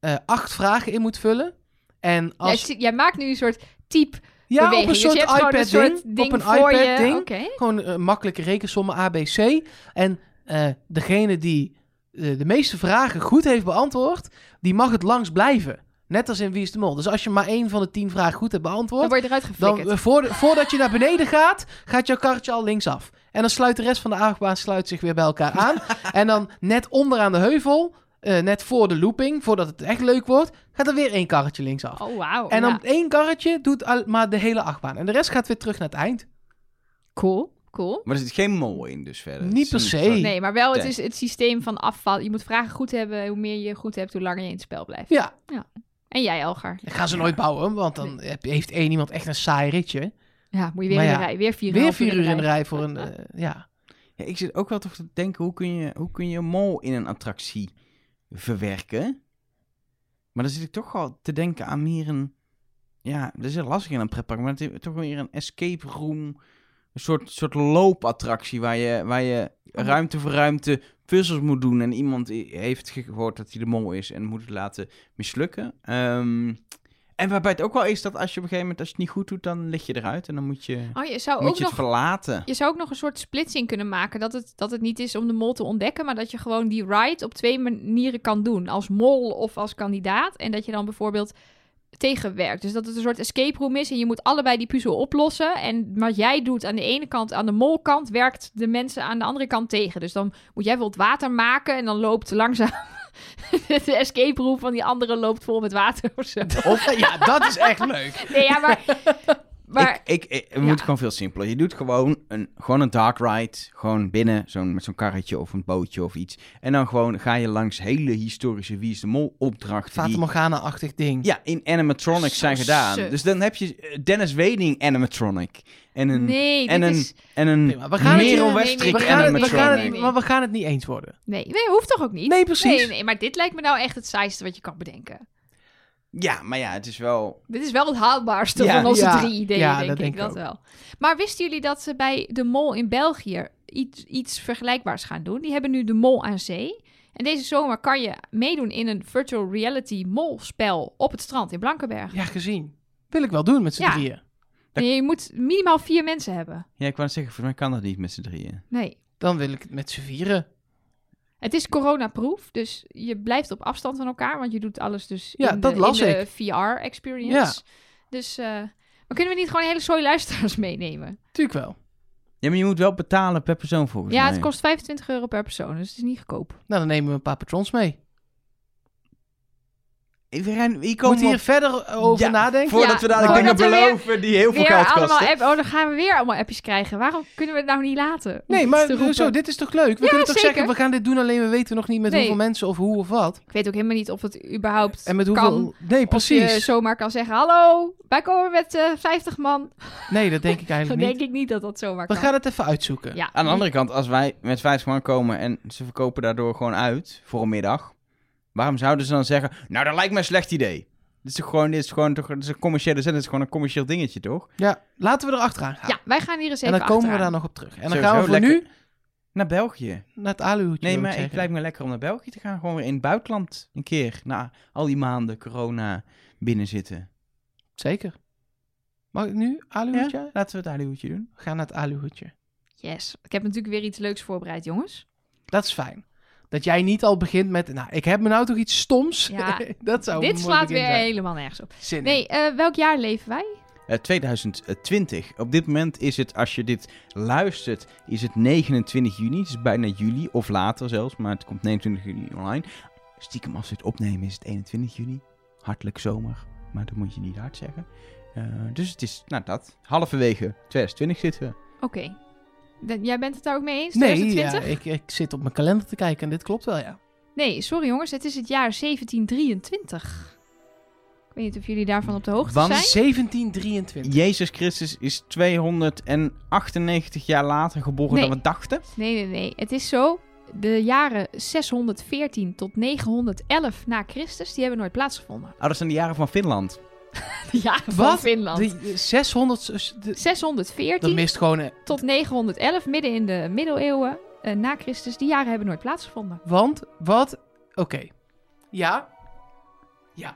eh, acht vragen in moet vullen. En jij, als, zit- jij maakt nu een soort type ja, beweging. op een Dus je soort hebt gewoon een iPad soort ding. ding op een voor iPad je. ding. Oké. Gewoon eh, makkelijke rekensommen ABC. En eh, degene die eh, de meeste vragen goed heeft beantwoord, die mag het langst blijven. Net als in Wie is de Mol. Dus als je maar één van de tien vragen goed hebt Dan beantwoord, word je eruit dan, geflikkerd. eh, voor- voordat je naar beneden gaat, gaat jouw karretje al linksaf. En dan sluit de rest van de achtbaan sluit zich weer bij elkaar aan. en dan net onderaan de heuvel, eh, net voor de looping, voordat het echt leuk wordt, gaat er weer één karretje linksaf. oh, wauw. eh, en dan ja. één karretje doet al- maar de hele achtbaan. En de rest gaat weer terug naar het eind. Cool, cool. Maar er zit geen mol in dus verder. Niet Het is per een se. soort- Nee, maar wel het, Thanks. is het systeem van afval. Je moet vragen goed hebben. Hoe meer je goed hebt, hoe langer je in het spel blijft. Ja, En jij, Elgar. Dat gaan ze nooit bouwen, want dan heb- heeft één iemand echt een saai ritje. Ja, moet je weer Maar in de ja, rij. Weer vier, en een Weer half vier uur in de rij. rij voor een... eh, ja. Ja, ik zit ook wel toch te denken, hoe kun, je, hoe kun je een mol in een attractie verwerken? Maar dan zit ik toch al te denken aan meer een... Ja, dat is heel lastig in een pretpark, maar het is toch meer een escape room... Een soort, soort loopattractie waar je, waar je ruimte voor ruimte puzzels moet doen. En iemand i- heeft ge- gehoord dat hij de mol is en moet het laten mislukken. Ehm, en waarbij het ook wel is dat als je op een gegeven moment, als je het niet goed doet, dan lig je eruit. En dan moet je, Oh, je zou moet ook je het nog verlaten. Je zou ook nog een soort splitsing kunnen maken. Dat het, dat het niet is om de mol te ontdekken, maar dat je gewoon die ride op twee manieren kan doen. Als mol of als kandidaat. En dat je dan bijvoorbeeld tegenwerkt. Dus dat het een soort escape room is en je moet allebei die puzzel oplossen. En wat jij doet aan de ene kant, aan de molkant, werkt de mensen aan de andere kant tegen. Dus dan moet jij bijvoorbeeld water maken en dan loopt langzaam... De escape room van die andere loopt vol met water of zo. Of, eh, ja, dat is echt leuk. Nee, ja, maar... maar ik, ik, ik- het Ja. moet gewoon veel simpeler. Je doet gewoon een, gewoon een dark ride. Gewoon binnen, zo'n met zo'n karretje of een bootje of iets. En dan gewoon ga je langs hele historische Wie is de Mol opdrachten. Fata Die, Morgana-achtig ding. ja, in animatronics Zo zijn gedaan. suf. Dus dan heb je eh, Dennis Weding animatronic. En een, nee, en dit een- is... en een Prima, we gaan het- Merel Nee, nee, Westrik We gaan, het, we, animatronic. gaan Nee, het, nee. maar we gaan het niet eens worden. Nee, nee, hoeft toch ook niet? Nee, precies. Nee, nee, maar dit lijkt me nou echt het saaiste wat je kan bedenken. Ja, maar ja, het is wel... Dit is wel het haalbaarste Ja. van onze Ja. drie ideeën, Ja, denk dat ik. denk ik dat ook. wel. Maar wisten jullie dat ze bij De Mol in België iets, iets vergelijkbaars gaan doen? Die hebben nu De Mol aan zee. En deze zomer kan je meedoen in een virtual reality molspel op het strand in Blankenberg. Ja, gezien. Wil ik wel doen met z'n Ja. drieën. dat- Nee, je moet minimaal vier mensen hebben. Ja, ik wou net zeggen, volgens mij kan dat niet met z'n drieën. Nee. Dan wil ik het met z'n vieren. Het is coronaproof, dus je blijft op afstand van elkaar, want je doet alles dus Ja, in dat de, las in de ik. VR-experience. Dus, eh, maar kunnen we niet gewoon een hele zooi luisteraars meenemen? Tuurlijk wel. Ja, maar je moet wel betalen per persoon volgens ja, mij. het kost 25 euro per persoon, dus het is niet goedkoop. Nou, dan nemen we een paar patrons mee. Ik ren- hier komen Moet we hier op- verder over Ja, nadenken? Voordat Ja, we dadelijk dingen voordat we weer- beloven die heel veel Weer geld kosten. allemaal app oh, dan gaan we weer allemaal appjes krijgen. Waarom kunnen we het nou niet laten? om Nee, iets maar eh, te roepen? zo, dit is toch leuk? We kunnen toch zeker. zeggen, we gaan dit doen, alleen we weten nog niet met Nee. hoeveel mensen of hoe of wat. Ik weet ook helemaal niet of het überhaupt En met hoeveel... kan. nee, Of eh, je precies. zomaar kan zeggen, hallo, wij komen met eh 50 man. Nee, dat denk ik Dan eigenlijk niet. denk ik niet dat dat zomaar We kan. gaan het even uitzoeken. Ja, Aan de andere kant, als wij met 50 man komen en ze verkopen daardoor gewoon uit voor een middag, waarom zouden ze dan zeggen: Nou, dat lijkt me een slecht idee? Dit is toch gewoon, dit is gewoon toch, dit is een commerciële zin, dit is gewoon een commercieel dingetje, toch? Ja, laten we er achteraan gaan. ja, wij gaan hier eens en even dan komen we achteraan. daar nog op terug. En dan Sowieso gaan we voor lekker. nu Naar België. naar het aluhoedje. Nee, wil ik maar het zeggen. lijkt me lekker om naar België te gaan. Gewoon weer in het buitenland een keer. Na al die maanden corona binnenzitten. Zeker. Mag ik nu aluhoedje? Ja? Laten we het aluhoedje doen. We gaan naar het aluhoedje. Yes, ik heb natuurlijk weer iets leuks voorbereid, jongens. Dat is fijn. Dat jij niet al begint met, nou, ik heb me nou toch iets stoms. Ja, dat zou een Dit mooi slaat begin weer zijn. helemaal nergens op. Zin in. Nee, eh, welk jaar leven wij? Eh, 2020. Op dit moment is het, als je dit luistert, is het 29 juni. Het is bijna juli, of later zelfs, maar het komt 29 juni online. Stiekem als we het opnemen is het 21 juni. Hartelijk zomer, maar dat moet je niet hard zeggen. Eh, dus het is, nou dat, halverwege 2020 zitten we. Oké. Dan- Jij bent het daar ook mee eens? Nee, 2020? ja, ik, ik zit op mijn kalender te kijken en dit klopt wel, ja. Nee, sorry jongens, het is het jaar 1723. Ik weet niet of jullie daarvan op de hoogte Want- zijn. 1723. Jezus Christus is 298 jaar later geboren Nee. dan we dachten. Nee, nee, nee. Het is zo. De jaren 614 tot 911 na Christus, die hebben nooit plaatsgevonden. Oh, dat zijn de jaren van Finland. Ja, Wat? Finland. De, de 600... eh, s- de- dat 614 mist gewoon... eh, tot 911, midden in de middeleeuwen eh, na Christus, die jaren hebben nooit plaatsgevonden. Want, wat? Oké. Ja? Ja.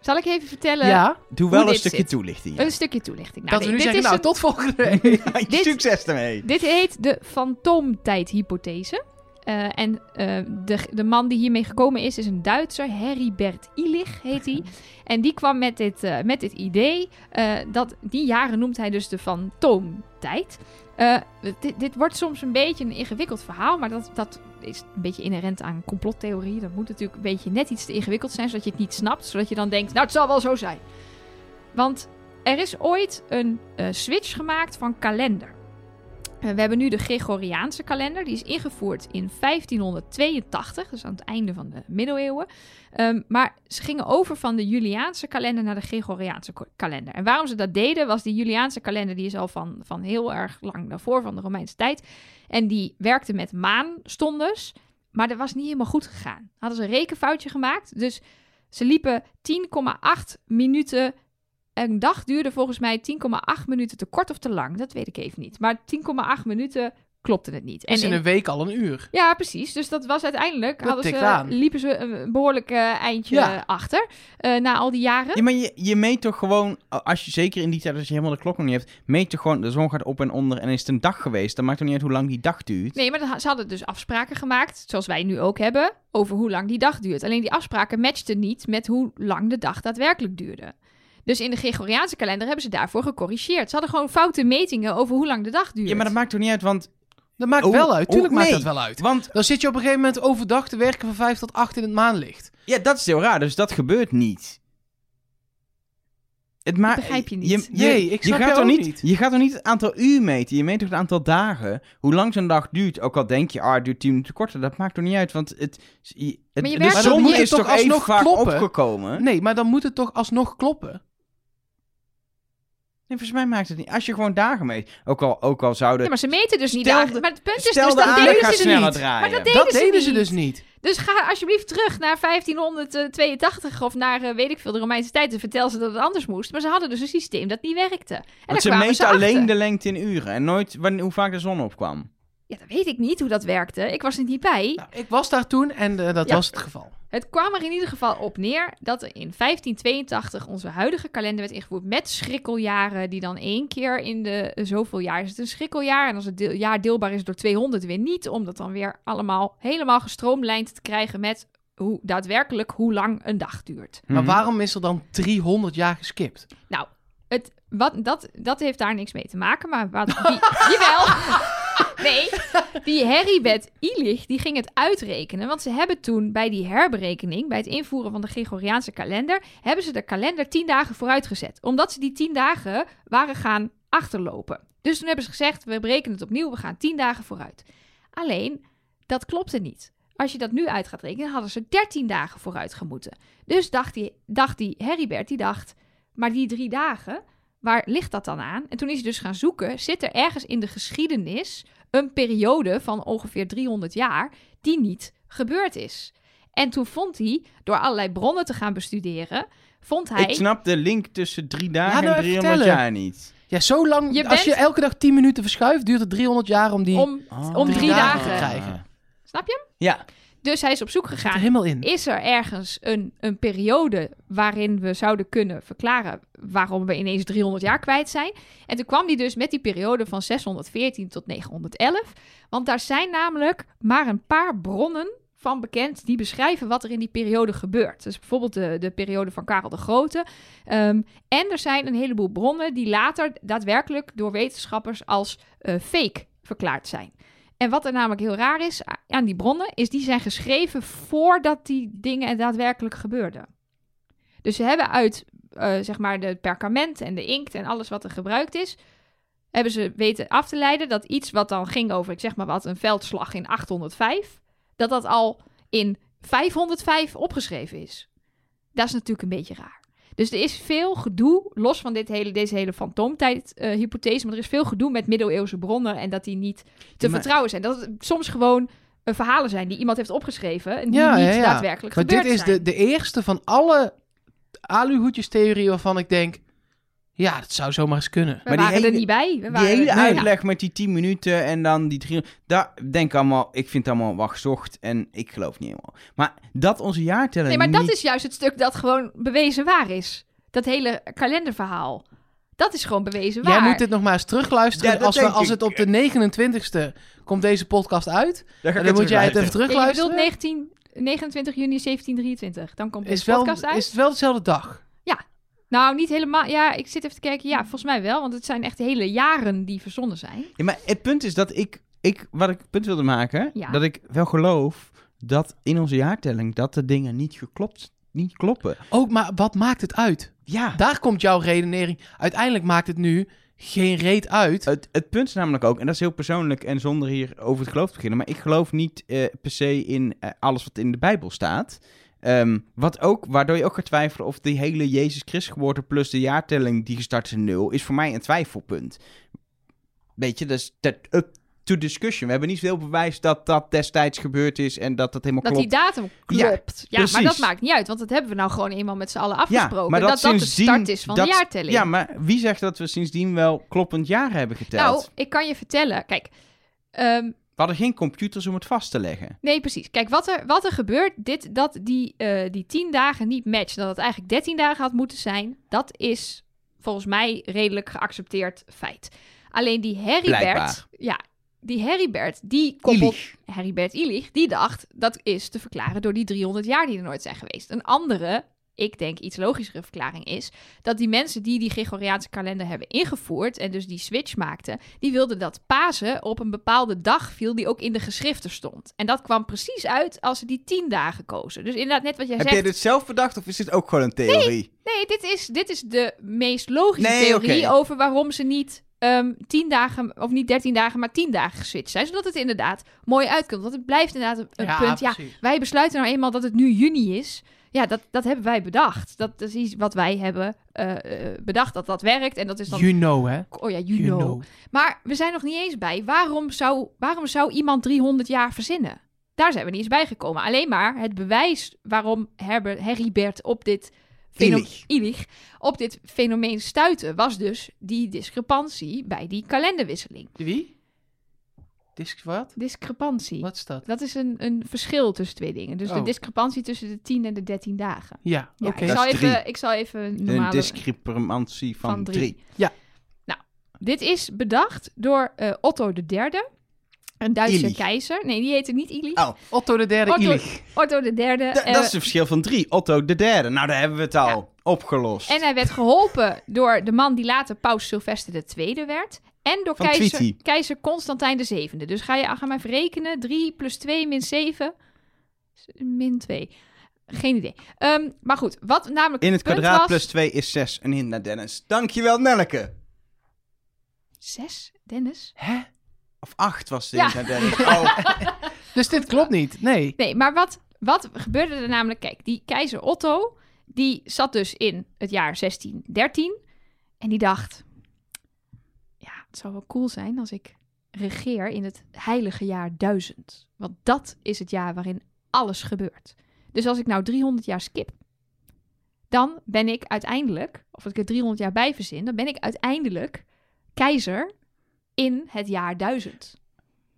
Zal ik even vertellen? ja? Doe wel Hoe een dit stukje zit. toelichting. Een stukje toelichting. dat we nee, nu Nou, zeggen, dit is nou, een- tot volgende week. Ja, dit- Succes ermee. Dit heet de fantoomtijdhypothese. Eh, en eh, de, de man die hiermee gekomen is, is een Duitser, Heribert Illich heet hij. En die kwam met dit, eh, met dit idee. eh, dat die jaren noemt hij dus de fantoomtijd. Eh, dit, dit wordt soms een beetje een ingewikkeld verhaal, maar dat, dat is een beetje inherent aan complottheorie. Dat moet natuurlijk een beetje net iets te ingewikkeld zijn, zodat je het niet snapt. Zodat je dan denkt, nou het zal wel zo zijn. Want er is ooit een eh, switch gemaakt van kalender. Eh, We hebben nu de Gregoriaanse kalender. Die is ingevoerd in 1582, dus aan het einde van de middeleeuwen. Ehm, maar ze gingen over van de Juliaanse kalender naar de Gregoriaanse ko- kalender. En waarom ze dat deden, was die Juliaanse kalender, die is al van, van heel erg lang daarvoor, van de Romeinse tijd. En die werkte met maanstondes, maar dat was niet helemaal goed gegaan. Hadden ze een rekenfoutje gemaakt, dus ze liepen 10,8 minuten een dag duurde volgens mij 10,8 minuten te kort of te lang. Dat weet ik even niet. Maar 10,8 minuten klopte het niet. En is in in- een week al een uur. ja, precies. Dus dat was uiteindelijk. Dat hadden tikt ze, aan. liepen ze een behoorlijk eh, eindje Ja. achter. eh, na al die jaren. Ja, maar je, je meet toch gewoon, als je, zeker in die tijd als je helemaal de klok nog niet hebt, meet je gewoon, de zon gaat op en onder en is het een dag geweest. Dan maakt het niet uit hoe lang die dag duurt. Nee, maar dan ha- ze hadden dus afspraken gemaakt, zoals wij nu ook hebben, over hoe lang die dag duurt. Alleen die afspraken matchten niet met hoe lang de dag daadwerkelijk duurde. Dus in de Gregoriaanse kalender hebben ze daarvoor gecorrigeerd. Ze hadden gewoon foute metingen over hoe lang de dag duurt. Ja, maar dat maakt toch niet uit, want... Dat maakt Oh, wel uit. oh, Tuurlijk maakt nee. dat wel uit. want Dan zit je op een gegeven moment overdag te werken van 5 tot 8 in het maanlicht. ja, dat is heel raar, dus dat gebeurt niet. Het ma- Dat begrijp je niet. Nee, ik snap jou toch ook niet, niet. Je gaat toch niet het aantal uur meten, je meet toch het aantal dagen. Hoe lang zo'n dag duurt, ook al denk je, ah, het duurt 10 minuten korter, dat maakt toch niet uit, want het, het, Maar je de werkt- Maar dan zon moet het is toch toch even alsnog vaak kloppen? opgekomen. Nee, maar dan moet het toch alsnog kloppen. Nee, volgens mij maakt het niet. Als je gewoon dagen meet. Ook al, ook al zouden. Ja, maar ze meten dus niet. Stel dagen. de- maar het punt is stel dus, de dat aarde deden gaat ze er sneller niet. draaien. Maar dat dat deden deden ze niet. dus niet. Dus ga alsjeblieft terug naar 1582 of naar eh, weet ik veel de Romeinse tijd en vertel ze dat het anders moest. Maar ze hadden dus een systeem dat niet werkte. En daar want ze kwamen meten ze alleen achter. de lengte in uren. En nooit wanneer, hoe vaak de zon opkwam. Ja, dat weet ik niet hoe dat werkte. Ik was er niet bij. Nou, ik was daar toen en eh, dat Ja. was het geval. Het kwam er in ieder geval op neer dat er in 1582 onze huidige kalender werd ingevoerd met schrikkeljaren, die dan één keer in de eh, zoveel jaar is het een schrikkeljaar. En als het deel- jaar deelbaar is door 200 weer niet, om dat dan weer allemaal helemaal gestroomlijnd te krijgen met hoe daadwerkelijk hoe lang een dag duurt. Maar Mhm. waarom is er dan 300 jaar geskipt? Nou, het, wat, dat, dat heeft daar niks mee te maken, maar wat, die, jawel. Nee, die Heribert Illich, die ging het uitrekenen. Want ze hebben toen bij die herberekening, bij het invoeren van de Gregoriaanse kalender, hebben ze de kalender tien dagen vooruitgezet. Omdat ze die tien dagen waren gaan achterlopen. Dus toen hebben ze gezegd, we berekenen het opnieuw, we gaan tien dagen vooruit. Alleen, dat klopte niet. Als je dat nu uit gaat rekenen, hadden ze 13 dagen vooruit gemoeten. Dus dacht die, dacht die Heribert, die dacht, maar die drie dagen, waar ligt dat dan aan? En toen is hij dus gaan zoeken, zit er ergens in de geschiedenis een periode van ongeveer 300 jaar die niet gebeurd is? En toen vond hij, door allerlei bronnen te gaan bestuderen, vond hij... Ik snap de link tussen drie dagen nou en even 300 vertellen. jaar niet. Ja, zo lang. Je als je bent- elke dag 10 minuten verschuift, duurt het 300 jaar om die. Om, Ah. om drie, Drie dagen dagen. te krijgen. Snap je? Ja, Dus hij is op zoek Zit er gegaan. helemaal in. Is er ergens een, een periode waarin we zouden kunnen verklaren waarom we ineens 300 jaar kwijt zijn? En toen kwam die dus met die periode van 614 tot 911. Want daar zijn namelijk maar een paar bronnen van bekend die beschrijven wat er in die periode gebeurt. Dus bijvoorbeeld de, de periode van Karel de Grote. Ehm, en er zijn een heleboel bronnen die later daadwerkelijk door wetenschappers als eh, fake verklaard zijn. En wat er namelijk heel raar is a- aan die bronnen, is die zijn geschreven voordat die dingen daadwerkelijk gebeurden. Dus ze hebben uit, eh, zeg maar, de perkament en de inkt en alles wat er gebruikt is, hebben ze weten af te leiden dat iets wat dan ging over, ik zeg maar wat, een veldslag in 805, dat dat al in 505 opgeschreven is. Dat is natuurlijk een beetje raar. Dus er is veel gedoe, los van dit hele, deze hele fantoomtijd-hypothese, maar er is veel gedoe met middeleeuwse bronnen en dat die niet te Maar- vertrouwen zijn. Dat het soms gewoon eh, verhalen zijn die iemand heeft opgeschreven en die Ja, niet ja, ja. daadwerkelijk Maar gebeurd dit is zijn. de, de eerste van alle aluhoedjestheorieën waarvan ik denk... Ja, dat zou zomaar eens kunnen. We Maar die waren er hele- niet bij. We die waren hele er- Ja. uitleg met die 10 minuten en dan die drie... Daar denk ik allemaal, ik vind het allemaal wel gezocht en ik geloof niet helemaal. Maar dat onze jaartelling Nee, maar dat niet- is juist het stuk dat gewoon bewezen waar is. Dat hele kalenderverhaal. Dat is gewoon bewezen waar. Jij moet dit nog maar eens terugluisteren. Ja, dat als, we, denk als ik. het op de 29e komt deze podcast uit... Daar ga Dan, ik het moet jij het even terugluisteren. Nee, je bedoelt terugluisteren. 19, 29 juni 1723. Dan komt de Is, wel, podcast uit. is het wel dezelfde dag? Nou, niet helemaal. Ja, ik zit even te kijken. Ja, volgens mij wel. Want het zijn echt hele jaren die verzonnen zijn. Ja, maar het punt is dat ik, ik wat ik het punt wilde maken, Ja. dat ik wel geloof dat in onze jaartelling dat de dingen niet geklopt, niet kloppen. Ook, maar wat maakt het uit? Ja, Daar komt jouw redenering. Uiteindelijk maakt het nu geen reet uit. Het, het punt is namelijk ook, en dat is heel persoonlijk en zonder hier over het geloof te beginnen, maar ik geloof niet eh, per se in eh, alles wat in de Bijbel staat. Ehm, wat ook, waardoor je ook gaat twijfelen of die hele Jezus Christus geboorte plus de jaartelling die gestart is in nul, is voor mij een twijfelpunt. Weet je, dus dat up to discussion. We hebben niet veel bewijs dat dat destijds gebeurd is en dat dat helemaal Dat die klopt. datum Ja, klopt. Ja, maar precies. dat maakt niet uit, want dat hebben we nou gewoon eenmaal met z'n allen afgesproken. maar dat dat dat, de sindsdien- start is van dat- de jaartelling. Ja, maar wie zegt dat we sindsdien wel kloppend jaar hebben geteld? nou, ik kan je vertellen. Kijk, ehm, We hadden geen computers om het vast te leggen. Nee, precies. Kijk, wat er, wat er gebeurt, dit, dat die, eh, die tien dagen niet matchen, dat het eigenlijk dertien dagen had moeten zijn, dat is volgens mij redelijk geaccepteerd feit. Alleen die Heribert, Blijkbaar. ja, die Heribert, die koppelt, Illich. Heribert Illich, die dacht, dat is te verklaren door die 300 jaar die er nooit zijn geweest. Een andere, ik denk iets logischere verklaring is, dat die mensen die die Gregoriaanse kalender hebben ingevoerd en dus die switch maakten, die wilden dat Pasen op een bepaalde dag viel die ook in de geschriften stond. En dat kwam precies uit als ze die tien dagen kozen. Dus inderdaad, net wat jij Heb zegt. jij dit zelf bedacht of is dit ook gewoon een theorie? Nee, dit is, dit is de meest logische Nee, theorie oké. over waarom ze niet ehm tien dagen, of niet dertien dagen, maar tien dagen geswitcht zijn. Zodat het inderdaad mooi uitkomt. Want het blijft inderdaad een, een punt. Ja, precies. wij besluiten nou eenmaal dat het nu juni is. Ja, dat, dat hebben wij bedacht. Dat is iets wat wij hebben eh, eh, bedacht dat dat werkt. En dat is Dus dan... You know, hè? oh ja, you, You know. know. Maar we zijn nog niet eens bij. Waarom zou, waarom zou iemand 300 jaar verzinnen? Daar zijn we niet eens bij gekomen. Alleen maar het bewijs waarom Herbert, Heribert op dit, feno- Illich. Illich, op dit fenomeen stuitte... was dus die discrepantie bij die kalenderwisseling. Wie? Disc wat? Discrepantie. Wat is dat? Dat is een, een verschil tussen twee dingen. Dus de Oh. discrepantie tussen de 10 en de 13 dagen. Ja, Ja, oké. ik, Dat zal is drie. even, ik zal even een Een normale... discrepantie van, van drie. drie. Dit is bedacht door eh, Otto III, een Duitse Illich. keizer. Nee, die heette niet Illich. Oh, Otto de derde Otto- Illich. Otto III. Da- eh, dat is het verschil van drie. Otto de derde. Nou, daar hebben we het al opgelost. en hij werd geholpen door de man die later paus Sylvester II werd. En door Van keizer, Twitty. keizer Constantijn VII. Dus ga je ga maar even rekenen. 3 plus 2 min 7. Min 2. Geen idee. Ehm, maar goed, wat namelijk In het punt kwadraat was- plus 2 is 6. Een hint naar Dennis. Dankjewel, Nelke. 6, Dennis? Hè? Of 8 was de Ja. hint naar Dennis. Oh, Dus dit klopt niet. Nee. Nee, maar wat, wat gebeurde er namelijk? Kijk, die keizer Otto, die zat dus in het jaar 1613. En die dacht, ja, het zou wel cool zijn als ik regeer in het heilige jaar 1000. Want dat is het jaar waarin alles gebeurt. Dus als ik nou 300 jaar skip, dan ben ik uiteindelijk, of ik er 300 jaar bij verzin, dan ben ik uiteindelijk keizer in het jaar 1000.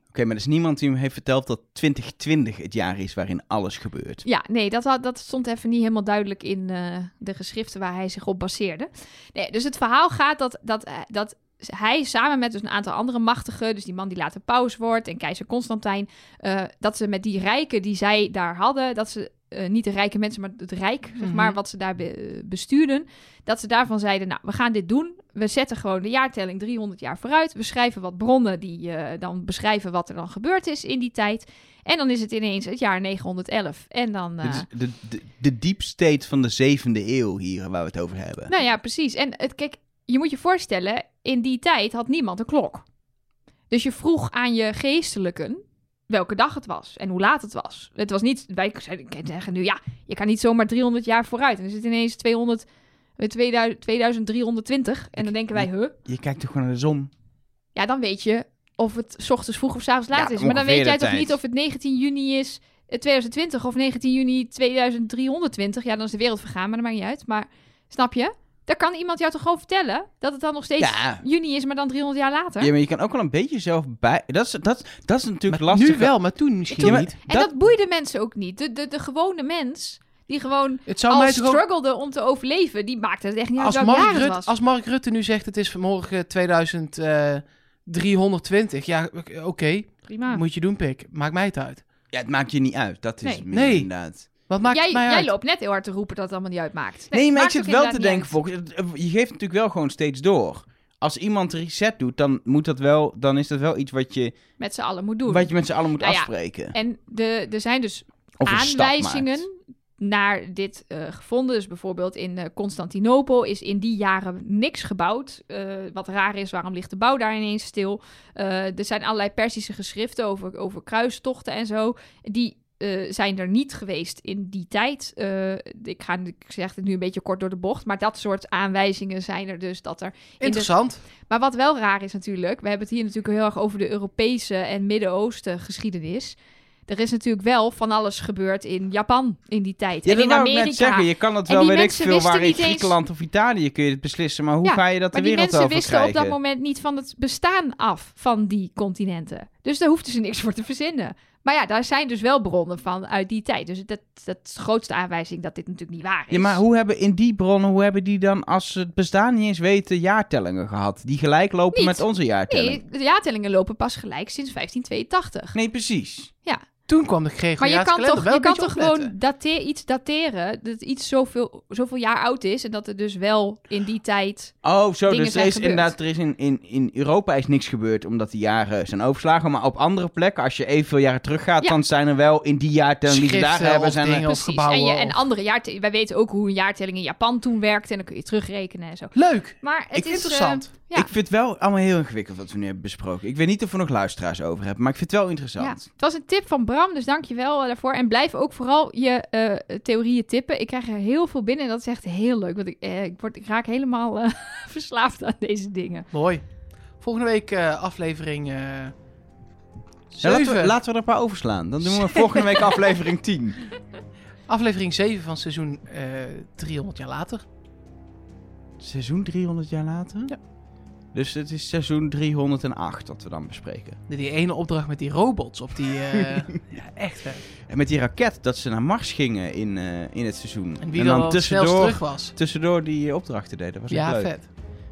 Oké, maar er is niemand die me heeft verteld dat 2020 het jaar is waarin alles gebeurt. Ja, nee, dat, had- dat stond even niet helemaal duidelijk in eh, de geschriften waar hij zich op baseerde. Nee, dus het verhaal gaat dat, dat, eh, dat hij samen met dus een aantal andere machtigen, dus die man die later paus wordt en keizer Constantijn, eh, dat ze met die rijken die zij daar hadden, dat ze eh, niet de rijke mensen, maar het rijk, zeg maar, Mhm. wat ze daar be- eh, bestuurden, dat ze daarvan zeiden, nou, we gaan dit doen. We zetten gewoon de jaartelling 300 jaar vooruit. We schrijven wat bronnen die eh, dan beschrijven wat er dan gebeurd is in die tijd. En dan is het ineens het jaar 911. En dan... eh, Dit is de, de, de deep state van de zevende eeuw hier waar we het over hebben. Nou ja, precies. En het, kijk, je moet je voorstellen, in die tijd had niemand een klok. Dus je vroeg aan je geestelijken welke dag het was en hoe laat het was. Het was niet, wij zeiden- kijk, zeggen nu, ja, je kan niet zomaar 300 jaar vooruit. En dan zit ineens 200, eh, 2000, 2320 en dan denken wij, huh? Je kijkt toch gewoon naar de zon? Ja, dan weet je of het 's ochtends vroeg of 's avonds Ja, laat is. Maar dan ongeveer weet jij de toch tijd. niet of het 19 juni is eh, 2020 of 19 juni 2320. Ja, dan is de wereld vergaan, maar dat maakt niet uit. Maar snap je? Daar kan iemand jou toch gewoon vertellen dat het dan nog steeds Ja. juni is, maar dan 300 jaar later. Ja, maar je kan ook wel een beetje zelf bij... Dat is, dat, dat is natuurlijk Maar lastig. nu wel, maar toen misschien Ja, maar niet. en dat... boeide mensen ook niet. De, de, de gewone mens die gewoon Het zou al mij toch ook- struggelde om te overleven, die maakte het echt niet uit als, welk jaar Mark het Rutte, was. als Mark Rutte nu zegt het is vanmorgen 2320. Ja, oké. Prima. Moet je doen, pik. Maakt mij het uit. Ja, het maakt je niet uit. Dat is Nee. het meer Nee. inderdaad. Wat maakt Jij, het mij jij uit? loopt net heel hard te roepen dat het allemaal niet uitmaakt. Nee, maar ik maakt zit ook wel te inderdaad niet denken, volgens, je geeft natuurlijk wel gewoon steeds door. Als iemand een reset doet, dan, moet dat wel, dan is dat wel iets wat je, uit. Met z'n allen moet doen. wat je met z'n allen moet Nou ja, afspreken. En de, er zijn dus Of een stap maakt. aanwijzingen naar dit eh, gevonden. Dus bijvoorbeeld in eh, Constantinopel is in die jaren niks gebouwd. Eh, wat raar is, waarom ligt de bouw daar ineens stil? Eh, er zijn allerlei Persische geschriften over, over kruistochten en zo. Die eh, zijn er niet geweest in die tijd. Eh, ik, ga, ik zeg het nu een beetje kort door de bocht. Maar dat soort aanwijzingen zijn er dus dat er Interessant. maar wat wel raar is natuurlijk, we hebben het hier natuurlijk heel erg over de Europese en Midden-Oosten geschiedenis. Er is natuurlijk wel van alles gebeurd in Japan in die tijd. Ja, en dat in wou ik net Amerika. zeggen. Je kan het En wel, die weet ik mensen veel, wisten waar in niet eens- Griekenland of Italië kun je het beslissen. Maar hoe Ja, ga je dat de maar die wereld mensen over wisten krijgen? op dat moment niet van het bestaan af van die continenten. Dus daar hoefden ze niks voor te verzinnen. Maar ja, daar zijn dus wel bronnen van uit die tijd. Dus dat, dat is de grootste aanwijzing dat dit natuurlijk niet waar is. Ja, maar hoe hebben in die bronnen, hoe hebben die dan, als ze het bestaan niet eens weten, jaartellingen gehad? Die gelijk lopen Niet. met onze jaartelling. Nee, de jaartellingen lopen pas gelijk sinds 1582. Nee, precies. Toen kwam de Maar je Gregoriaanse kan kalender toch, wel je een kan beetje toch opletten. gewoon date- iets dateren, dat iets zoveel, zoveel jaar oud is en dat er dus wel in die tijd... Oh, zo. Dingen dus er zijn is gebeurd. inderdaad, er is in, in, in Europa is niks gebeurd omdat die jaren zijn overslagen. Maar op andere plekken, als je evenveel jaren teruggaat, Ja. dan zijn er wel in die jaartelling die ze daar Schriften hebben, of zijn er- dingen. Precies, en, je, gebouwen en of- andere jaartellingen. Wij weten ook hoe een jaartelling in Japan toen werkte en dan kun je terugrekenen en zo. Leuk. Maar het Ik is... vind het interessant. eh, ja. Ik vind het wel allemaal heel ingewikkeld wat we nu hebben besproken. Ik weet niet of we nog luisteraars over hebben, maar ik vind het wel ja. interessant. Het was een tip van Bram, dus dank je wel eh, daarvoor. En blijf ook vooral je eh, theorieën tippen. Ik krijg er heel veel binnen en dat is echt heel leuk. Want ik, eh, ik, word, ik raak helemaal eh, verslaafd aan deze dingen. Mooi. Volgende week eh, aflevering eh Ja, laten, we, zeven. laten we er een paar overslaan. Dan doen we volgende week aflevering 10. Aflevering 7 van seizoen eh 300 jaar later. Seizoen 300 jaar later? Ja. Dus het is seizoen 308 dat we dan bespreken. Die ene opdracht met die robots op die... eh, ja, echt hè. En met die raket dat ze naar Mars gingen in, eh, in het seizoen. En wie dan wel het snelst terug was. tussendoor die eh, opdrachten deden. Was echt Ja, leuk. vet.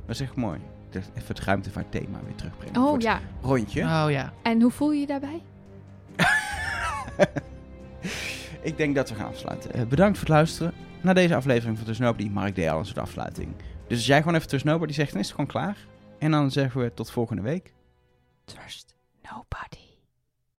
was echt mooi. Dus Even het ruimtevaartthema weer terugbrengen. voor Oh het ja, Rondje. Oh ja. en hoe voel je je daarbij? Ik denk dat we gaan afsluiten. Eh, bedankt voor het luisteren naar deze aflevering van Tussen die Mark D. Allen de afsluiting. Dus als jij gewoon even Tussen die zegt, dan is het gewoon klaar. En dan zeggen we tot volgende week. Trust nobody.